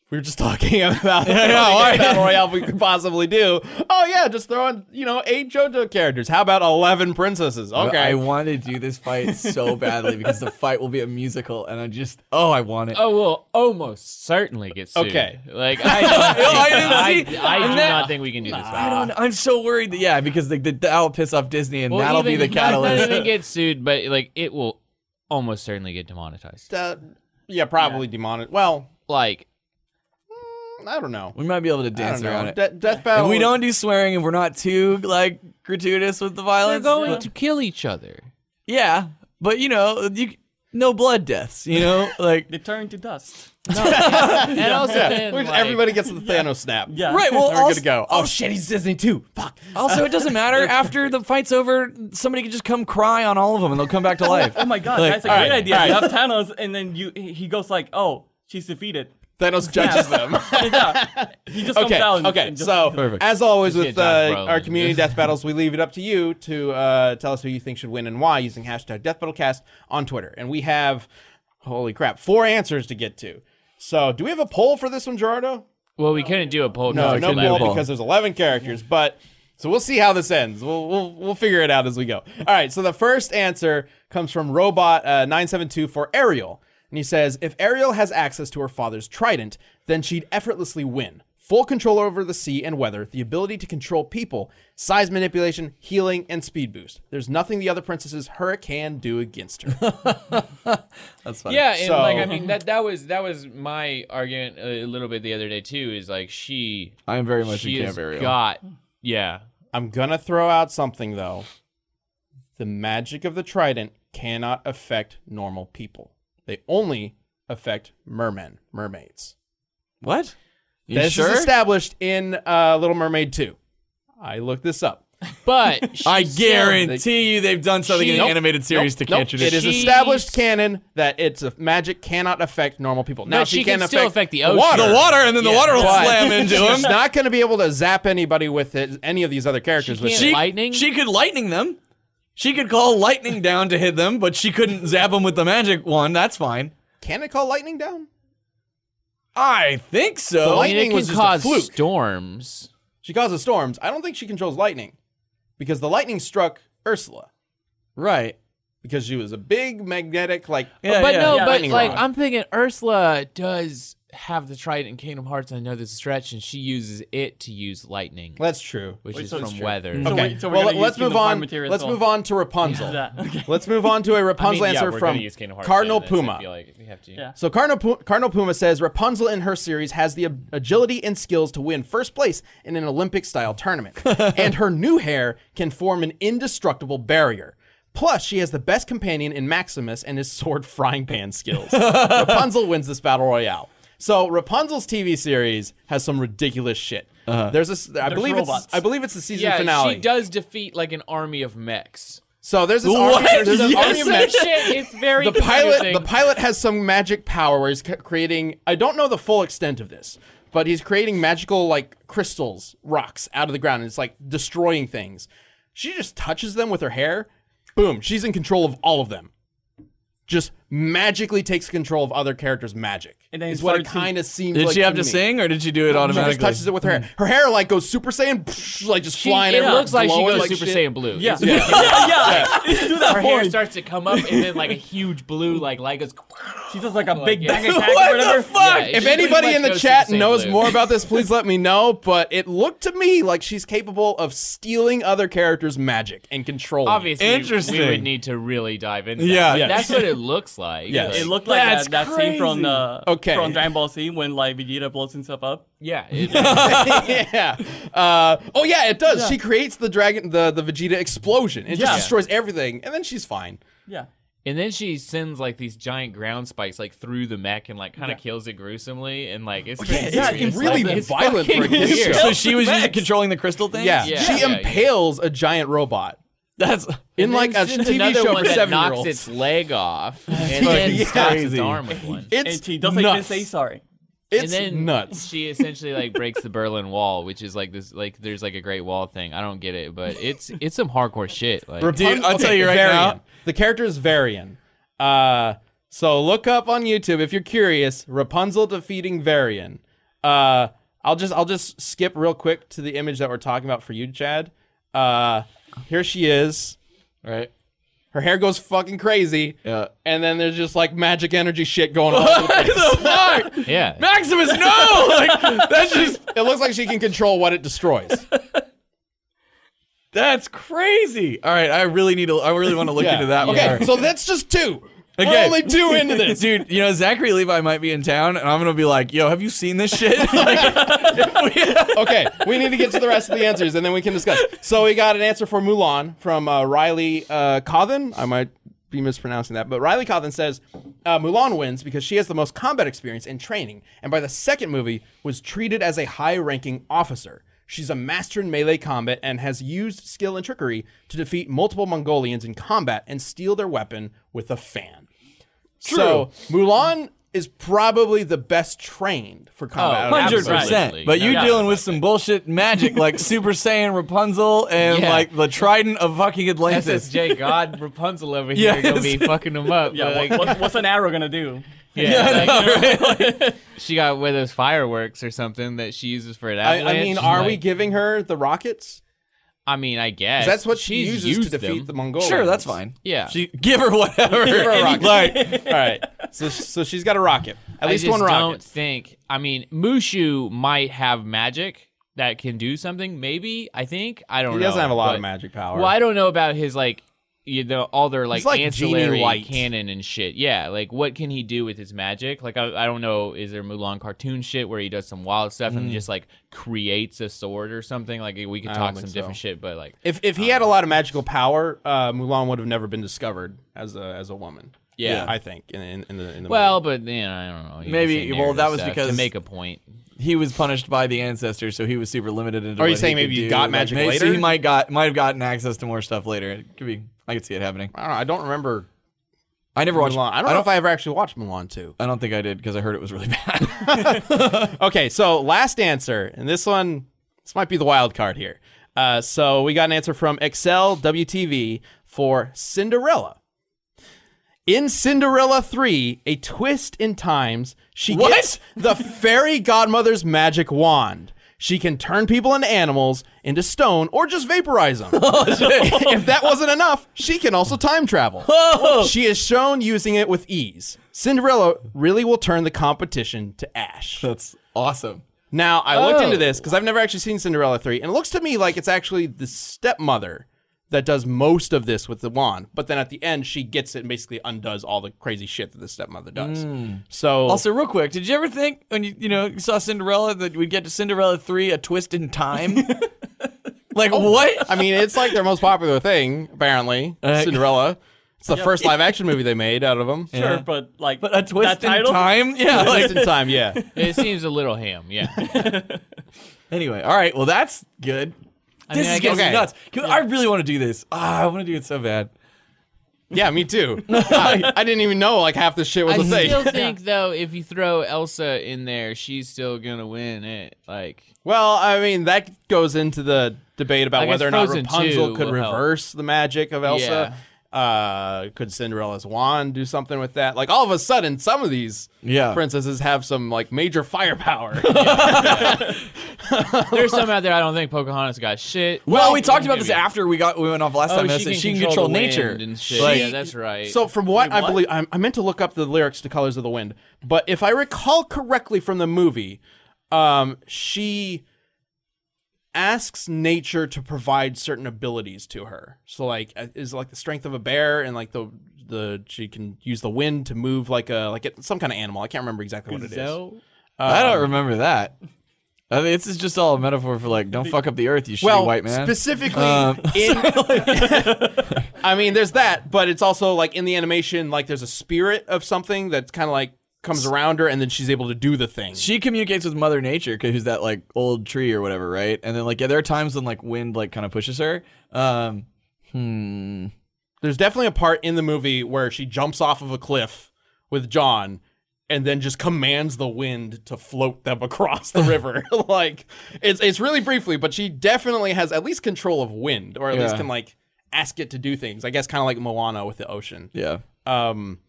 Speaker 1: We were just talking (laughs) about all right. battle royale we could possibly do. Oh yeah, just throw in you know eight JoJo characters. How about eleven princesses? Okay,
Speaker 3: I want to do this fight so badly because the fight will be a musical, and I just oh, I want it.
Speaker 4: Oh, (laughs) we'll almost certainly get sued.
Speaker 1: Okay.
Speaker 4: Like, I,
Speaker 3: (laughs)
Speaker 4: I,
Speaker 3: Oh, didn't see-
Speaker 4: I, I do
Speaker 3: that-
Speaker 4: not think we can do this.
Speaker 3: I don't. know. I'm so worried that yeah, because the, the, that'll piss off Disney, and
Speaker 4: Well,
Speaker 3: that'll
Speaker 4: even-
Speaker 3: be the catalyst.
Speaker 4: Not even get sued, but like it will almost certainly get demonetized.
Speaker 1: Uh, yeah, probably demonet. Well,
Speaker 4: Like,
Speaker 1: I don't know.
Speaker 3: we might be able to
Speaker 1: I
Speaker 3: dance
Speaker 1: don't know.
Speaker 3: around it.
Speaker 1: De- death battle.
Speaker 3: If we
Speaker 1: (laughs)
Speaker 3: don't do swearing, if we're not too like gratuitous with the
Speaker 4: they're
Speaker 3: violence,
Speaker 4: going
Speaker 3: uh,
Speaker 4: to kill each other.
Speaker 3: yeah. But you know, you no blood deaths. You know, like
Speaker 5: They turn to dust.
Speaker 4: And also, then,
Speaker 1: Which
Speaker 4: like,
Speaker 1: everybody gets (laughs) the Thanos snap.
Speaker 5: Yeah.
Speaker 3: right. Well,
Speaker 1: Then (laughs) we're
Speaker 3: also,
Speaker 1: good to go. Oh shit, he's Disney too. Fuck.
Speaker 3: also, it doesn't matter. After the fight's over, somebody can just come cry on all of them, and they'll come back to life.
Speaker 5: Oh my god,
Speaker 3: Like,
Speaker 5: that's a great
Speaker 1: alright,
Speaker 5: idea. You have Thanos, and then you he he goes like, "Oh, she's defeated." (laughs)
Speaker 1: Thanos judges (laughs) them.
Speaker 5: Yeah. He just comes
Speaker 1: okay.
Speaker 5: out. And,
Speaker 1: Okay.
Speaker 5: and
Speaker 1: (laughs)
Speaker 5: just,
Speaker 1: So
Speaker 3: Perfect.
Speaker 1: as always
Speaker 4: Just
Speaker 1: with
Speaker 4: get Josh
Speaker 1: uh,
Speaker 4: Brolin
Speaker 1: our
Speaker 3: (laughs)
Speaker 4: and
Speaker 1: community
Speaker 4: just-
Speaker 1: death battles, we leave it up to you to uh, tell us who you think should win and why using hashtag Death Battle Cast on Twitter. And we have, holy crap, four answers to get to. So do we have a poll for this one, Gerardo?
Speaker 4: well, we couldn't do a poll. 'cause
Speaker 1: No,
Speaker 4: it's
Speaker 1: no
Speaker 4: eleven.
Speaker 1: poll
Speaker 3: poll.
Speaker 1: because there's 11 characters, but so we'll see how this ends. We'll, we'll we'll figure it out as we go. All right, so the first answer comes from Robot uh, 972 for Ariel, and he says if Ariel has access to her father's trident, then she'd effortlessly win. Full control over the sea and weather, the ability to control people, size manipulation, healing, and speed boost. There's nothing the other princesses her can do against her.
Speaker 3: That's fine.
Speaker 4: Yeah, and
Speaker 1: So-
Speaker 4: like I mean that that was that was my argument a little bit the other day too. Is like she,
Speaker 3: I am very much
Speaker 4: she
Speaker 3: in
Speaker 4: has
Speaker 3: Camp Ariel.
Speaker 4: got yeah.
Speaker 1: I'm gonna throw out something though. The magic of the trident cannot affect normal people. They only affect mermen, mermaids.
Speaker 3: What? You
Speaker 1: this
Speaker 3: sure?
Speaker 1: is established in uh, Little Mermaid 2. I looked this up.
Speaker 4: But
Speaker 3: I
Speaker 4: she's
Speaker 3: guarantee you they've done something in
Speaker 4: Nope.
Speaker 3: the animated series to
Speaker 1: Nope,
Speaker 3: catch
Speaker 1: It is
Speaker 4: She-
Speaker 1: established canon that it's a, magic cannot affect normal people. Now
Speaker 4: she can still affect the ocean.
Speaker 1: water.
Speaker 4: The
Speaker 3: water, and then the water will
Speaker 1: but
Speaker 3: slam (laughs) into
Speaker 1: (laughs) She's
Speaker 3: him.
Speaker 1: not going to be able to zap anybody with it, any of these other characters.
Speaker 4: She
Speaker 1: with
Speaker 4: can't-
Speaker 1: it.
Speaker 3: She,
Speaker 4: Lightning?
Speaker 3: She could lightning them. She could call
Speaker 1: (laughs)
Speaker 3: lightning down to hit them, but she couldn't zap them with the magic wand. That's fine.
Speaker 1: Can it call lightning down?
Speaker 3: I think so.
Speaker 1: The
Speaker 4: still- Oh, I mean,
Speaker 1: lightning
Speaker 4: it
Speaker 1: was
Speaker 4: can
Speaker 1: just a
Speaker 4: cause
Speaker 1: fluke.
Speaker 4: storms.
Speaker 1: She causes storms. I don't think she controls lightning because the lightning struck Ursula
Speaker 3: right.
Speaker 1: because she was a big magnetic, like,
Speaker 3: Yeah,
Speaker 4: but
Speaker 3: yeah.
Speaker 4: no,
Speaker 5: yeah.
Speaker 4: but
Speaker 1: Lightning
Speaker 4: like
Speaker 1: rod.
Speaker 4: I'm thinking Ursula does have the trident in Kingdom Hearts. and I know this is a stretch, and she uses it to use lightning,
Speaker 1: that's true.
Speaker 4: which
Speaker 5: Wait,
Speaker 4: is
Speaker 5: so it's
Speaker 4: from
Speaker 5: true.
Speaker 4: weather.
Speaker 5: So
Speaker 1: okay,
Speaker 5: we- so we're
Speaker 1: well,
Speaker 5: gonna
Speaker 1: let's
Speaker 5: use Kingdom
Speaker 1: move on.
Speaker 5: Hearts material
Speaker 1: Let's
Speaker 5: as well.
Speaker 1: move on to Rapunzel.
Speaker 5: (laughs) Yeah, okay.
Speaker 1: Let's move on to a Rapunzel answer from Cardinal Puma.
Speaker 4: like we have to.
Speaker 5: Yeah.
Speaker 1: So Cardinal, Pu- Cardinal Puma says Rapunzel in her series has the ab- agility and skills to win first place in an
Speaker 3: (laughs)
Speaker 1: Olympic-style tournament, and her new hair can form an indestructible barrier. Plus, she has the best companion in Maximus and his sword frying
Speaker 3: (laughs)
Speaker 1: pan skills. Rapunzel wins this battle royale. So Rapunzel's TV series has some ridiculous shit.
Speaker 3: Uh-huh.
Speaker 1: There's a, s- I believe
Speaker 5: robots.
Speaker 1: it's, I believe it's the season
Speaker 4: Yeah,
Speaker 1: finale.
Speaker 4: she does defeat like an army of mechs.
Speaker 1: So there's this
Speaker 3: What?
Speaker 1: army, there's an
Speaker 3: Yes.
Speaker 1: army of mechs.
Speaker 3: (laughs)
Speaker 4: Shit, it's very
Speaker 1: the pilot
Speaker 4: confusing.
Speaker 1: the pilot has some magic power where he's c- creating i don't know the full extent of this but he's creating magical like crystals rocks out of the ground and it's like destroying things she just touches them with her hair boom she's in control of all of them just magically takes control of other characters magic
Speaker 5: And then
Speaker 1: is
Speaker 5: it
Speaker 1: what it
Speaker 5: starts to-
Speaker 1: kind of seems
Speaker 3: Did
Speaker 1: like
Speaker 3: she have to
Speaker 1: me.
Speaker 3: sing, or did she do it
Speaker 1: she
Speaker 3: automatically?
Speaker 1: just touches it with her hair. Her hair like goes Super Saiyan, (laughs) psh, like just
Speaker 4: She-
Speaker 1: flying.
Speaker 4: it
Speaker 1: everywhere,
Speaker 4: looks like she
Speaker 1: glowing
Speaker 4: goes
Speaker 1: like
Speaker 4: Super
Speaker 1: shit.
Speaker 4: Saiyan blue.
Speaker 5: Yeah.
Speaker 4: It's-
Speaker 1: (laughs)
Speaker 5: Yeah. yeah, Let's do that
Speaker 4: Her hair
Speaker 5: horn.
Speaker 4: starts to come up, and then like a huge blue like light goes.
Speaker 5: She does like a big
Speaker 4: yeah.
Speaker 5: back attack
Speaker 3: What
Speaker 5: or whatever.
Speaker 3: the fuck?
Speaker 4: (laughs) Yeah,
Speaker 1: if
Speaker 4: she
Speaker 1: anybody
Speaker 4: pretty
Speaker 1: in
Speaker 4: much
Speaker 1: the
Speaker 4: goes
Speaker 1: chat
Speaker 4: to same
Speaker 1: knows
Speaker 4: blue.
Speaker 1: more
Speaker 4: (laughs)
Speaker 1: about this, please let me know. But it looked to me like she's capable of stealing other characters' magic and controlling. it.
Speaker 4: obviously,
Speaker 3: Interesting.
Speaker 4: we would need to really dive into.
Speaker 3: Yeah.
Speaker 4: that.
Speaker 3: Yes.
Speaker 4: that's what it looks like.
Speaker 1: Yes.
Speaker 4: Like,
Speaker 5: It looked like
Speaker 3: That's
Speaker 5: that, that scene from uh,
Speaker 1: Okay.
Speaker 5: from Dragon Ball Z when like Vegeta blows himself up.
Speaker 4: yeah,
Speaker 1: (laughs)
Speaker 4: it,
Speaker 1: (laughs) yeah. Uh, oh yeah, it does. She creates the dragon, the the Vegeta explosion. It just
Speaker 5: Yeah.
Speaker 1: destroys everything, and then she's fine.
Speaker 5: Yeah.
Speaker 4: and then she sends like these giant ground spikes like through the mech and like kind of kills it gruesomely and like it's pretty
Speaker 1: yeah,
Speaker 4: serious.
Speaker 1: it's really
Speaker 4: Like, it's
Speaker 1: violent for a
Speaker 4: fucking
Speaker 1: kid
Speaker 4: weird.
Speaker 1: show. (laughs)
Speaker 3: So she was using, controlling the crystal thing.
Speaker 1: Yeah,
Speaker 4: Yeah,
Speaker 1: she
Speaker 4: yeah, yeah.
Speaker 1: impales a giant robot.
Speaker 3: That's
Speaker 1: in like a
Speaker 4: There's
Speaker 1: TV
Speaker 4: another
Speaker 1: show
Speaker 4: one
Speaker 1: for
Speaker 4: that
Speaker 1: seven year
Speaker 4: knocks
Speaker 1: olds.
Speaker 4: its leg
Speaker 1: (laughs)
Speaker 4: off and then
Speaker 1: fucking
Speaker 4: stops its
Speaker 2: crazy.
Speaker 4: arm with one.
Speaker 5: and
Speaker 1: it's
Speaker 5: she doesn't
Speaker 1: nuts.
Speaker 5: even say sorry.
Speaker 1: It's
Speaker 4: and then
Speaker 1: nuts.
Speaker 4: She essentially like breaks the Berlin Wall, which is like this like there's like a Great Wall thing. I don't get it, but it's it's some hardcore shit. Like
Speaker 3: Dude, I'll tell you right
Speaker 1: Varian.
Speaker 3: now.
Speaker 1: The character is Varian. Uh, so look up on YouTube if you're curious. Rapunzel defeating Varian. Uh, I'll just I'll just skip real quick to the image that we're talking about for you, Chad. Uh, here she is.
Speaker 3: right.
Speaker 1: Her hair goes fucking crazy. (laughs)
Speaker 3: Yeah.
Speaker 1: And then there's just like magic energy shit going on.
Speaker 3: the
Speaker 1: (laughs)
Speaker 3: fuck?
Speaker 4: yeah,
Speaker 3: Maximus, no! Like that's just
Speaker 1: it looks like she can control what it destroys.
Speaker 3: that's crazy. All right, I really need to. I really want to look
Speaker 1: Yeah.
Speaker 3: into that. one.
Speaker 1: okay,
Speaker 3: All right.
Speaker 1: so that's just two. We're
Speaker 3: Okay.
Speaker 1: only two into this.
Speaker 3: Dude, you know, Zachary Levi might be in town, and I'm going to be like, yo, have you seen this shit?
Speaker 1: (laughs)
Speaker 3: Like, if we-
Speaker 1: okay, we need to get to the rest of the answers, and then we can discuss. So we got an answer for Mulan from uh, Riley uh, Cawthon. I might be mispronouncing that, but Riley Cawthon says uh, Mulan wins because she has the most combat experience and training, and by the second movie was treated as a high-ranking officer. She's a master in melee combat and has used skill and trickery to defeat multiple Mongolians in combat and steal their weapon with a fan. So Mulan is probably the best trained for combat.
Speaker 3: Oh,
Speaker 1: out of
Speaker 5: Hundred
Speaker 1: everybody.
Speaker 5: percent.
Speaker 4: absolutely.
Speaker 3: But you
Speaker 4: Yeah.
Speaker 3: dealing with some bullshit magic
Speaker 1: (laughs)
Speaker 3: like Super Saiyan Rapunzel and
Speaker 4: Yeah.
Speaker 3: like the Trident of fucking (laughs) Atlantis.
Speaker 4: SSJ God Rapunzel over here
Speaker 3: Yes.
Speaker 4: gonna be fucking them
Speaker 1: (laughs)
Speaker 4: up.
Speaker 5: Yeah,
Speaker 4: but, like,
Speaker 5: what, what's, what's an arrow gonna do?
Speaker 4: yeah,
Speaker 3: I
Speaker 4: like,
Speaker 3: know, right?
Speaker 4: she got one of those fireworks or something that she uses for an
Speaker 1: I,
Speaker 4: avalanche.
Speaker 1: I mean,
Speaker 4: She's
Speaker 1: are we
Speaker 4: like-
Speaker 1: giving her the rockets?
Speaker 4: I mean, I guess
Speaker 1: 'Cause That's what she
Speaker 4: She's
Speaker 1: uses to
Speaker 4: used
Speaker 1: defeat the
Speaker 4: them.
Speaker 1: Mongolians.
Speaker 3: Sure, that's fine.
Speaker 4: Yeah.
Speaker 3: She, give her whatever.
Speaker 1: Give her a rocket.
Speaker 3: Like,
Speaker 1: (laughs) All right. So, so she's got a rocket. At
Speaker 4: I
Speaker 1: least
Speaker 4: just
Speaker 1: one
Speaker 4: don't
Speaker 1: rocket.
Speaker 4: think. I mean, Mushu might have magic that can do something. Maybe I think I don't.
Speaker 1: He
Speaker 4: know,
Speaker 1: doesn't have a lot
Speaker 4: but-
Speaker 1: of magic power.
Speaker 4: Well, I don't know about his like, you know, all their like,
Speaker 1: He's like
Speaker 4: ancillary
Speaker 1: Genie Light.
Speaker 4: canon and shit. Yeah, like what can he do with his magic? Like I, I don't know. Is there Mulan cartoon shit where he does some wild stuff and just like creates a sword or something? Like we could
Speaker 1: don't
Speaker 4: talk
Speaker 1: think
Speaker 4: some
Speaker 1: so.
Speaker 4: different shit, but like
Speaker 1: If if he had a lot of magical power, uh, Mulan would have never been discovered as a as a woman.
Speaker 4: Yeah.
Speaker 1: I think in, in, in the in the
Speaker 4: well, but you know, I don't know. He
Speaker 3: Maybe-
Speaker 4: just said
Speaker 3: well,
Speaker 4: narrative
Speaker 3: that was
Speaker 4: stuff
Speaker 3: because-
Speaker 4: to make a (laughs) point.
Speaker 3: he was punished by the ancestors, so he was super limited. Into
Speaker 1: Are you
Speaker 3: what
Speaker 1: saying
Speaker 3: he could
Speaker 1: maybe he
Speaker 3: do.
Speaker 1: got
Speaker 3: Like,
Speaker 1: magic
Speaker 3: maybe- so
Speaker 1: later?
Speaker 3: he might got might have gotten access to more stuff later. It could be. I could see it happening.
Speaker 1: movie. I don't know. I don't remember
Speaker 3: I never watched.
Speaker 1: Mulan. I don't know if I ever actually watched Mulan two.
Speaker 3: I don't think I did because I heard it was really (laughs) bad.
Speaker 1: Okay, so last answer, and this one, this might be the wild card here. Uh, so we got an answer from Excel WTV for Cinderella. In Cinderella 3, a twist in times, she
Speaker 3: What?
Speaker 1: gets the fairy godmother's magic wand. She can turn people into animals, into stone, or just vaporize them. (laughs) if that wasn't enough, she can also time travel. She is shown using it with ease. Cinderella really will turn the competition to ash.
Speaker 3: That's awesome.
Speaker 1: Now I looked
Speaker 4: Oh.
Speaker 1: into this because I've never actually seen Cinderella three, and it looks to me like it's actually the stepmother that does most of this with the wand. But then at the end, she gets it and basically undoes all the crazy shit that the stepmother does.
Speaker 4: Mm.
Speaker 1: So
Speaker 3: Also, real quick, did you ever think when you you know you saw Cinderella that we'd get to Cinderella three, a twist in
Speaker 4: (laughs)
Speaker 3: time? like
Speaker 4: Oh,
Speaker 3: what?
Speaker 1: I mean, it's like their most popular thing apparently.
Speaker 4: Uh, (laughs)
Speaker 1: Cinderella. It's the first live action movie they made out of them.
Speaker 5: Sure, but like
Speaker 3: But a twist
Speaker 5: that
Speaker 3: in
Speaker 5: title,
Speaker 3: time? Yeah.
Speaker 1: Just
Speaker 3: Like
Speaker 4: (laughs)
Speaker 1: in time, yeah.
Speaker 4: It seems a little ham. Yeah.
Speaker 3: anyway, all right. Well, that's good. this
Speaker 4: mean, I
Speaker 3: is
Speaker 4: guess-
Speaker 3: getting
Speaker 1: okay.
Speaker 3: nuts. Can- I really want to do this. Ah, I want to do it so bad.
Speaker 1: Yeah,
Speaker 4: (laughs)
Speaker 1: me too. I, I didn't even know like half this shit
Speaker 4: (laughs)
Speaker 1: was
Speaker 4: I
Speaker 1: a thing.
Speaker 4: still think though, if you throw Elsa in there, she's still gonna win it. Like
Speaker 1: Well, I mean, that goes into the debate
Speaker 4: I
Speaker 1: about
Speaker 4: guess
Speaker 1: whether or not
Speaker 4: Frozen
Speaker 1: Rapunzel
Speaker 4: 2
Speaker 1: could
Speaker 4: will help.
Speaker 1: reverse the magic of Elsa. Uh, could Cinderella's wand do something with that? Like all of a sudden, some of these
Speaker 3: Yeah.
Speaker 1: princesses have some like major firepower.
Speaker 4: there's some out there I don't think Pocahontas got shit.
Speaker 3: Well, we talked about this
Speaker 4: maybe.
Speaker 3: after we got we went off last
Speaker 4: Oh,
Speaker 3: time. and I
Speaker 4: she
Speaker 3: said
Speaker 4: can
Speaker 3: she can control
Speaker 4: control the
Speaker 3: nature.
Speaker 4: wind and shit.
Speaker 3: Like,
Speaker 4: Yeah, that's right.
Speaker 1: So from what, I
Speaker 5: what?
Speaker 1: believe, I, I meant to look up the lyrics to "Colors of the Wind," but if I recall correctly from the movie, um, she asks nature to provide certain abilities to her. So like, uh, is like the strength of a bear, and like the the she can use the wind to move like a like a, some kind of animal. I can't remember exactly what it is.
Speaker 4: So
Speaker 3: I don't remember that. I mean, this is just all a metaphor for like, don't fuck up the earth, you shitty
Speaker 1: Well,
Speaker 3: white man.
Speaker 1: specifically
Speaker 3: Um,
Speaker 1: (laughs) in, I mean, there's that, but it's also like in the animation, like there's a spirit of something that's kind of like comes around her, and then she's able to do the thing.
Speaker 3: she communicates with Mother Nature because who's that like old tree or whatever, right? And then like yeah, there are times when like wind like kind of pushes her. Um,
Speaker 1: There's definitely a part in the movie where she jumps off of a cliff with John and then just commands the wind to float them (laughs) across the river. like it's it's really briefly, but she definitely has at least control of wind or at least
Speaker 3: Yeah.
Speaker 1: can like ask it to do things. I guess kind of like Moana with the ocean.
Speaker 3: Yeah.
Speaker 1: Um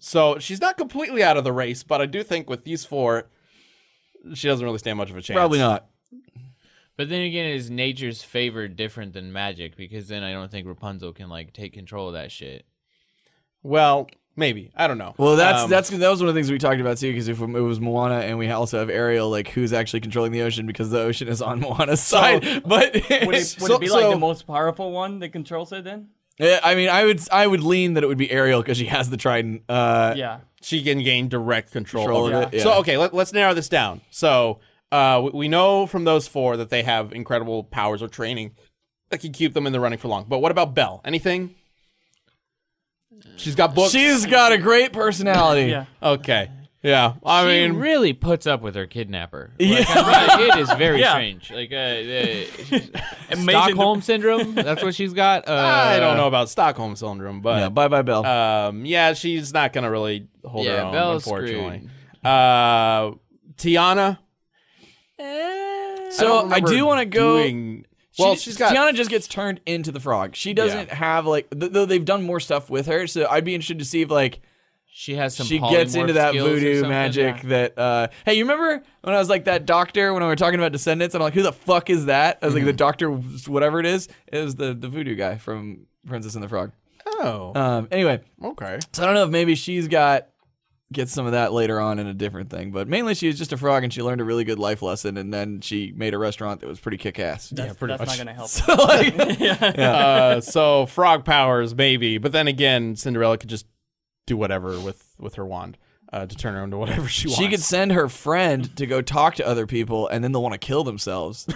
Speaker 1: so she's not completely out of the race, but I do think with these four she doesn't really stand much of a chance.
Speaker 3: Probably not.
Speaker 4: But then again, is nature's favor different than magic? Because then I don't think Rapunzel can like take control of that shit.
Speaker 1: Well, maybe. I don't know.
Speaker 3: Well, that's
Speaker 1: Um,
Speaker 3: that's that was one of the things we talked about too. Because if it was Moana and we also have Ariel, like who's actually controlling the ocean because the ocean is on (laughs) Moana's side. But
Speaker 5: Would it, would
Speaker 1: So-
Speaker 5: it be like
Speaker 1: so-
Speaker 5: the most powerful one that controls it then?
Speaker 3: (laughs) Yeah, I mean, I would I would lean that it would be Ariel because she has the trident. Uh,
Speaker 5: Yeah.
Speaker 1: she can gain direct control,
Speaker 3: Control
Speaker 1: over
Speaker 3: of it, yeah.
Speaker 1: So okay, let, let's narrow this down. So uh, we, we know from those four that they have incredible powers or training that can keep them in the running for long. But what about Belle? Anything? She's got books.
Speaker 3: she's got a great personality.
Speaker 5: Yeah.
Speaker 1: okay. Yeah, I
Speaker 4: she
Speaker 1: mean,
Speaker 4: really puts up with her kidnapper. Like, I'm like, it is very
Speaker 5: Yeah.
Speaker 4: strange. Like uh, uh,
Speaker 5: Amazing
Speaker 4: Stockholm syndrome. That's what she's got. Uh,
Speaker 1: I don't know about Stockholm syndrome,
Speaker 3: Yeah,
Speaker 1: but
Speaker 3: bye bye, Belle.
Speaker 1: um, yeah, she's not gonna really hold her
Speaker 4: Yeah,
Speaker 1: own,
Speaker 4: Belle's
Speaker 1: unfortunately. Uh, Tiana.
Speaker 3: So,
Speaker 1: don't
Speaker 3: I
Speaker 1: remember
Speaker 3: do wanna go-
Speaker 1: doing- Well,
Speaker 3: she,
Speaker 1: she's got
Speaker 3: Tiana just gets turned into the frog. She doesn't have like th- though they've done more stuff with her. So I'd be interested to see if like
Speaker 4: She has some.
Speaker 3: she gets into
Speaker 4: polymorph
Speaker 3: that
Speaker 4: skills or
Speaker 3: voodoo
Speaker 4: something.
Speaker 3: magic that uh hey you remember when i was like that doctor when we were talking about descendants and i'm like who the fuck is that i was like the doctor whatever it is it was the the voodoo guy from princess and the frog
Speaker 1: Oh,
Speaker 3: um anyway
Speaker 1: okay.
Speaker 3: so i don't know if maybe she's got gets some of that later on in a different thing but mainly she was just a frog and she learned a really good life lesson and then she made a restaurant that was pretty kick-ass
Speaker 5: That's,
Speaker 1: pretty
Speaker 5: that's
Speaker 1: much.
Speaker 5: not gonna
Speaker 3: (laughs)
Speaker 5: help.
Speaker 3: so like
Speaker 1: uh, so frog powers, maybe. But then again, Cinderella could just do whatever with with her wand uh, to turn her into whatever she wants.
Speaker 3: she could send her friend to go talk to other people and then they'll want to kill
Speaker 1: (laughs)
Speaker 3: themselves
Speaker 1: (laughs)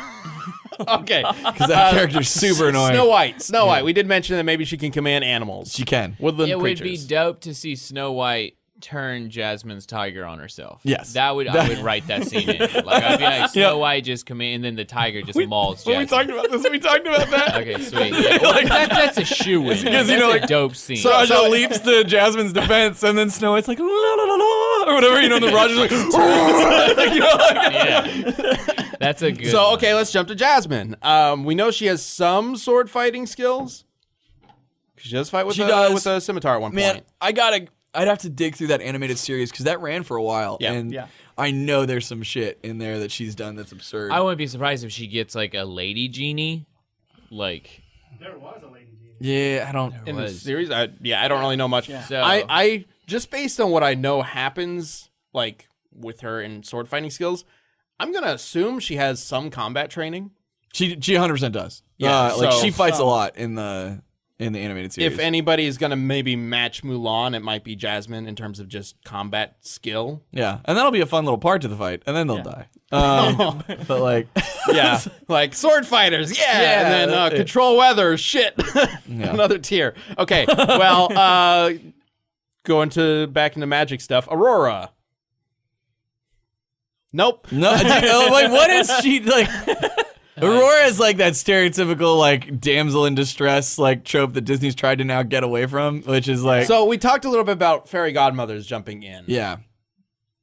Speaker 3: (laughs)
Speaker 1: okay. Uh,
Speaker 3: because that character's super annoying
Speaker 1: Snow White, Snow White. We did mention that maybe she can command animals,
Speaker 3: she can
Speaker 1: woodland
Speaker 4: It would be
Speaker 1: (laughs) creatures.
Speaker 4: dope to see Snow White turn Jasmine's tiger on herself.
Speaker 3: Yes.
Speaker 4: that would I would write that scene in.
Speaker 3: (laughs)
Speaker 4: Like I'd be like Snow White just come in, and then the tiger just mauls Jasmine.
Speaker 1: about this. We talked about that.
Speaker 4: okay, sweet. Yeah,
Speaker 3: (laughs)
Speaker 4: well, that, that's a shoe win. That's
Speaker 3: you know,
Speaker 4: a
Speaker 3: like-
Speaker 4: dope
Speaker 3: (laughs)
Speaker 4: scene.
Speaker 3: So Raja leaps to Jasmine's defense, and (laughs) then Snow White's like la la la la or whatever. You know, and then Raja's
Speaker 4: (laughs)
Speaker 3: like, (laughs) like, you know, like-
Speaker 4: yeah. That's a good.
Speaker 1: So
Speaker 4: one.
Speaker 1: okay, let's jump to Jasmine. Um, we know she has some sword fighting skills. 'Cause She does fight with
Speaker 3: She
Speaker 1: a,
Speaker 3: does.
Speaker 1: with a scimitar at one
Speaker 3: man,
Speaker 1: point.
Speaker 3: I gotta. I'd have to dig through that animated series because that ran for a while,
Speaker 1: Yeah.
Speaker 3: and
Speaker 5: Yeah.
Speaker 3: I know there's some shit in there that she's done that's absurd.
Speaker 4: I wouldn't be surprised if she gets like a lady genie, like
Speaker 3: yeah, I don't.
Speaker 1: in the
Speaker 4: was.
Speaker 1: series. I, yeah, I don't really know much.
Speaker 4: So-
Speaker 1: I, I just based on what I know happens, like with her in sword fighting skills, I'm gonna assume she has some combat training.
Speaker 3: She she 100 percent does.
Speaker 1: Yeah,
Speaker 3: Uh, like
Speaker 1: so-
Speaker 3: she fights a lot in the in the animated series.
Speaker 1: If anybody is gonna maybe match Mulan, it might be Jasmine in terms of just combat skill.
Speaker 3: yeah, and that'll be a fun little part to the fight, and then they'll die.
Speaker 1: (laughs)
Speaker 3: Um, but like,
Speaker 1: Yeah, (laughs) like sword fighters. Yeah,
Speaker 3: Yeah,
Speaker 1: and then uh,
Speaker 3: that-
Speaker 1: control weather. Shit, (laughs) another tier. Okay, well, uh, going to back into magic stuff. Aurora. Nope.
Speaker 3: No, dude, oh, like what is she like? Aurora is like that stereotypical like damsel in distress like trope that Disney's tried to now get away from, which is like
Speaker 1: So we talked a little bit about fairy godmothers jumping in
Speaker 3: yeah,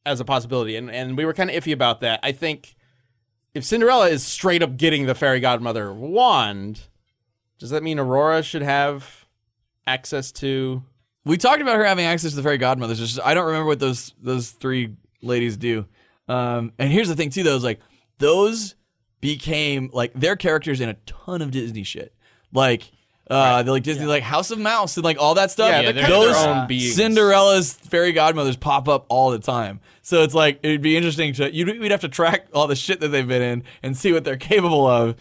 Speaker 1: as a possibility, and, and we were kind of iffy about that. I think if Cinderella is straight up getting the fairy godmother wand, does that mean Aurora should have access to?
Speaker 3: we talked about her having access to the fairy godmothers. It's just, I don't remember what those those three ladies do. Um, and here's the thing too, though, is like those became like their characters in a ton of Disney shit, like uh, the like Disney like House of Mouse and like all that stuff.
Speaker 1: Yeah,
Speaker 4: they're
Speaker 3: Like,
Speaker 4: kind of
Speaker 3: those
Speaker 4: their own
Speaker 1: beings.
Speaker 3: Cinderella's fairy godmothers pop up all the time. So it's like it'd be interesting to you'd we'd have to track all the shit that they've been in and see what they're (laughs) capable of.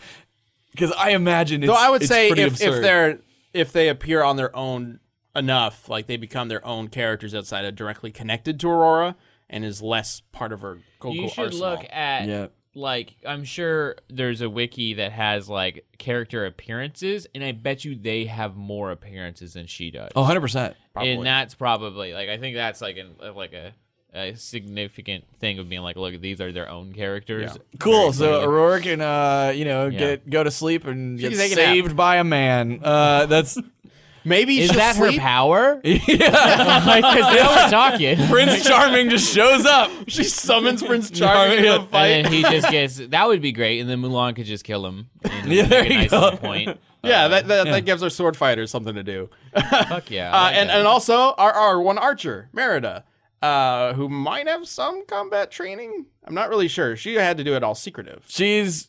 Speaker 3: Because I imagine it's,
Speaker 1: Though I would
Speaker 3: it's
Speaker 1: say
Speaker 3: pretty
Speaker 1: if, if
Speaker 3: absurd.
Speaker 1: they're if they appear on their own enough, like they become their own characters outside of directly connected to Aurora, and is less part of her. Coco
Speaker 4: you should
Speaker 1: arsenal.
Speaker 4: look at
Speaker 3: Yeah.
Speaker 4: like i'm sure there's a wiki that has like character appearances and i bet you they have more appearances than she does
Speaker 3: oh, 100 percent.
Speaker 1: probably.
Speaker 4: and that's probably like i think that's like an like a a significant thing of being like, look, these are their own characters.
Speaker 3: Cool. So
Speaker 4: Very clearly.
Speaker 3: Aurora can, uh, you know,
Speaker 4: Yeah.
Speaker 3: get go to sleep and get
Speaker 4: can take a nap.
Speaker 3: saved by a man. Uh, that's (laughs)
Speaker 1: Maybe
Speaker 4: is
Speaker 1: she'll
Speaker 4: that
Speaker 1: sleep?
Speaker 4: her power?
Speaker 3: yeah.
Speaker 4: (laughs) Because they always talking.
Speaker 3: (laughs) Prince Charming just shows up.
Speaker 1: (laughs) She summons
Speaker 3: (laughs)
Speaker 1: Prince Charming
Speaker 3: Yeah.
Speaker 1: to a fight.
Speaker 4: And then he just gets that would be great, and then Mulan could just
Speaker 3: (laughs)
Speaker 4: kill him. And
Speaker 3: Yeah, there
Speaker 4: make a
Speaker 3: you
Speaker 4: nice
Speaker 3: go.
Speaker 4: little point.
Speaker 1: yeah, that that,
Speaker 3: yeah.
Speaker 1: that gives our sword fighters something to do.
Speaker 4: Fuck yeah. I
Speaker 1: Uh,
Speaker 4: like
Speaker 1: and
Speaker 4: that.
Speaker 1: and also our our one archer Merida, uh, who might have some combat training. I'm not really sure. She had to do it all secretive.
Speaker 3: She's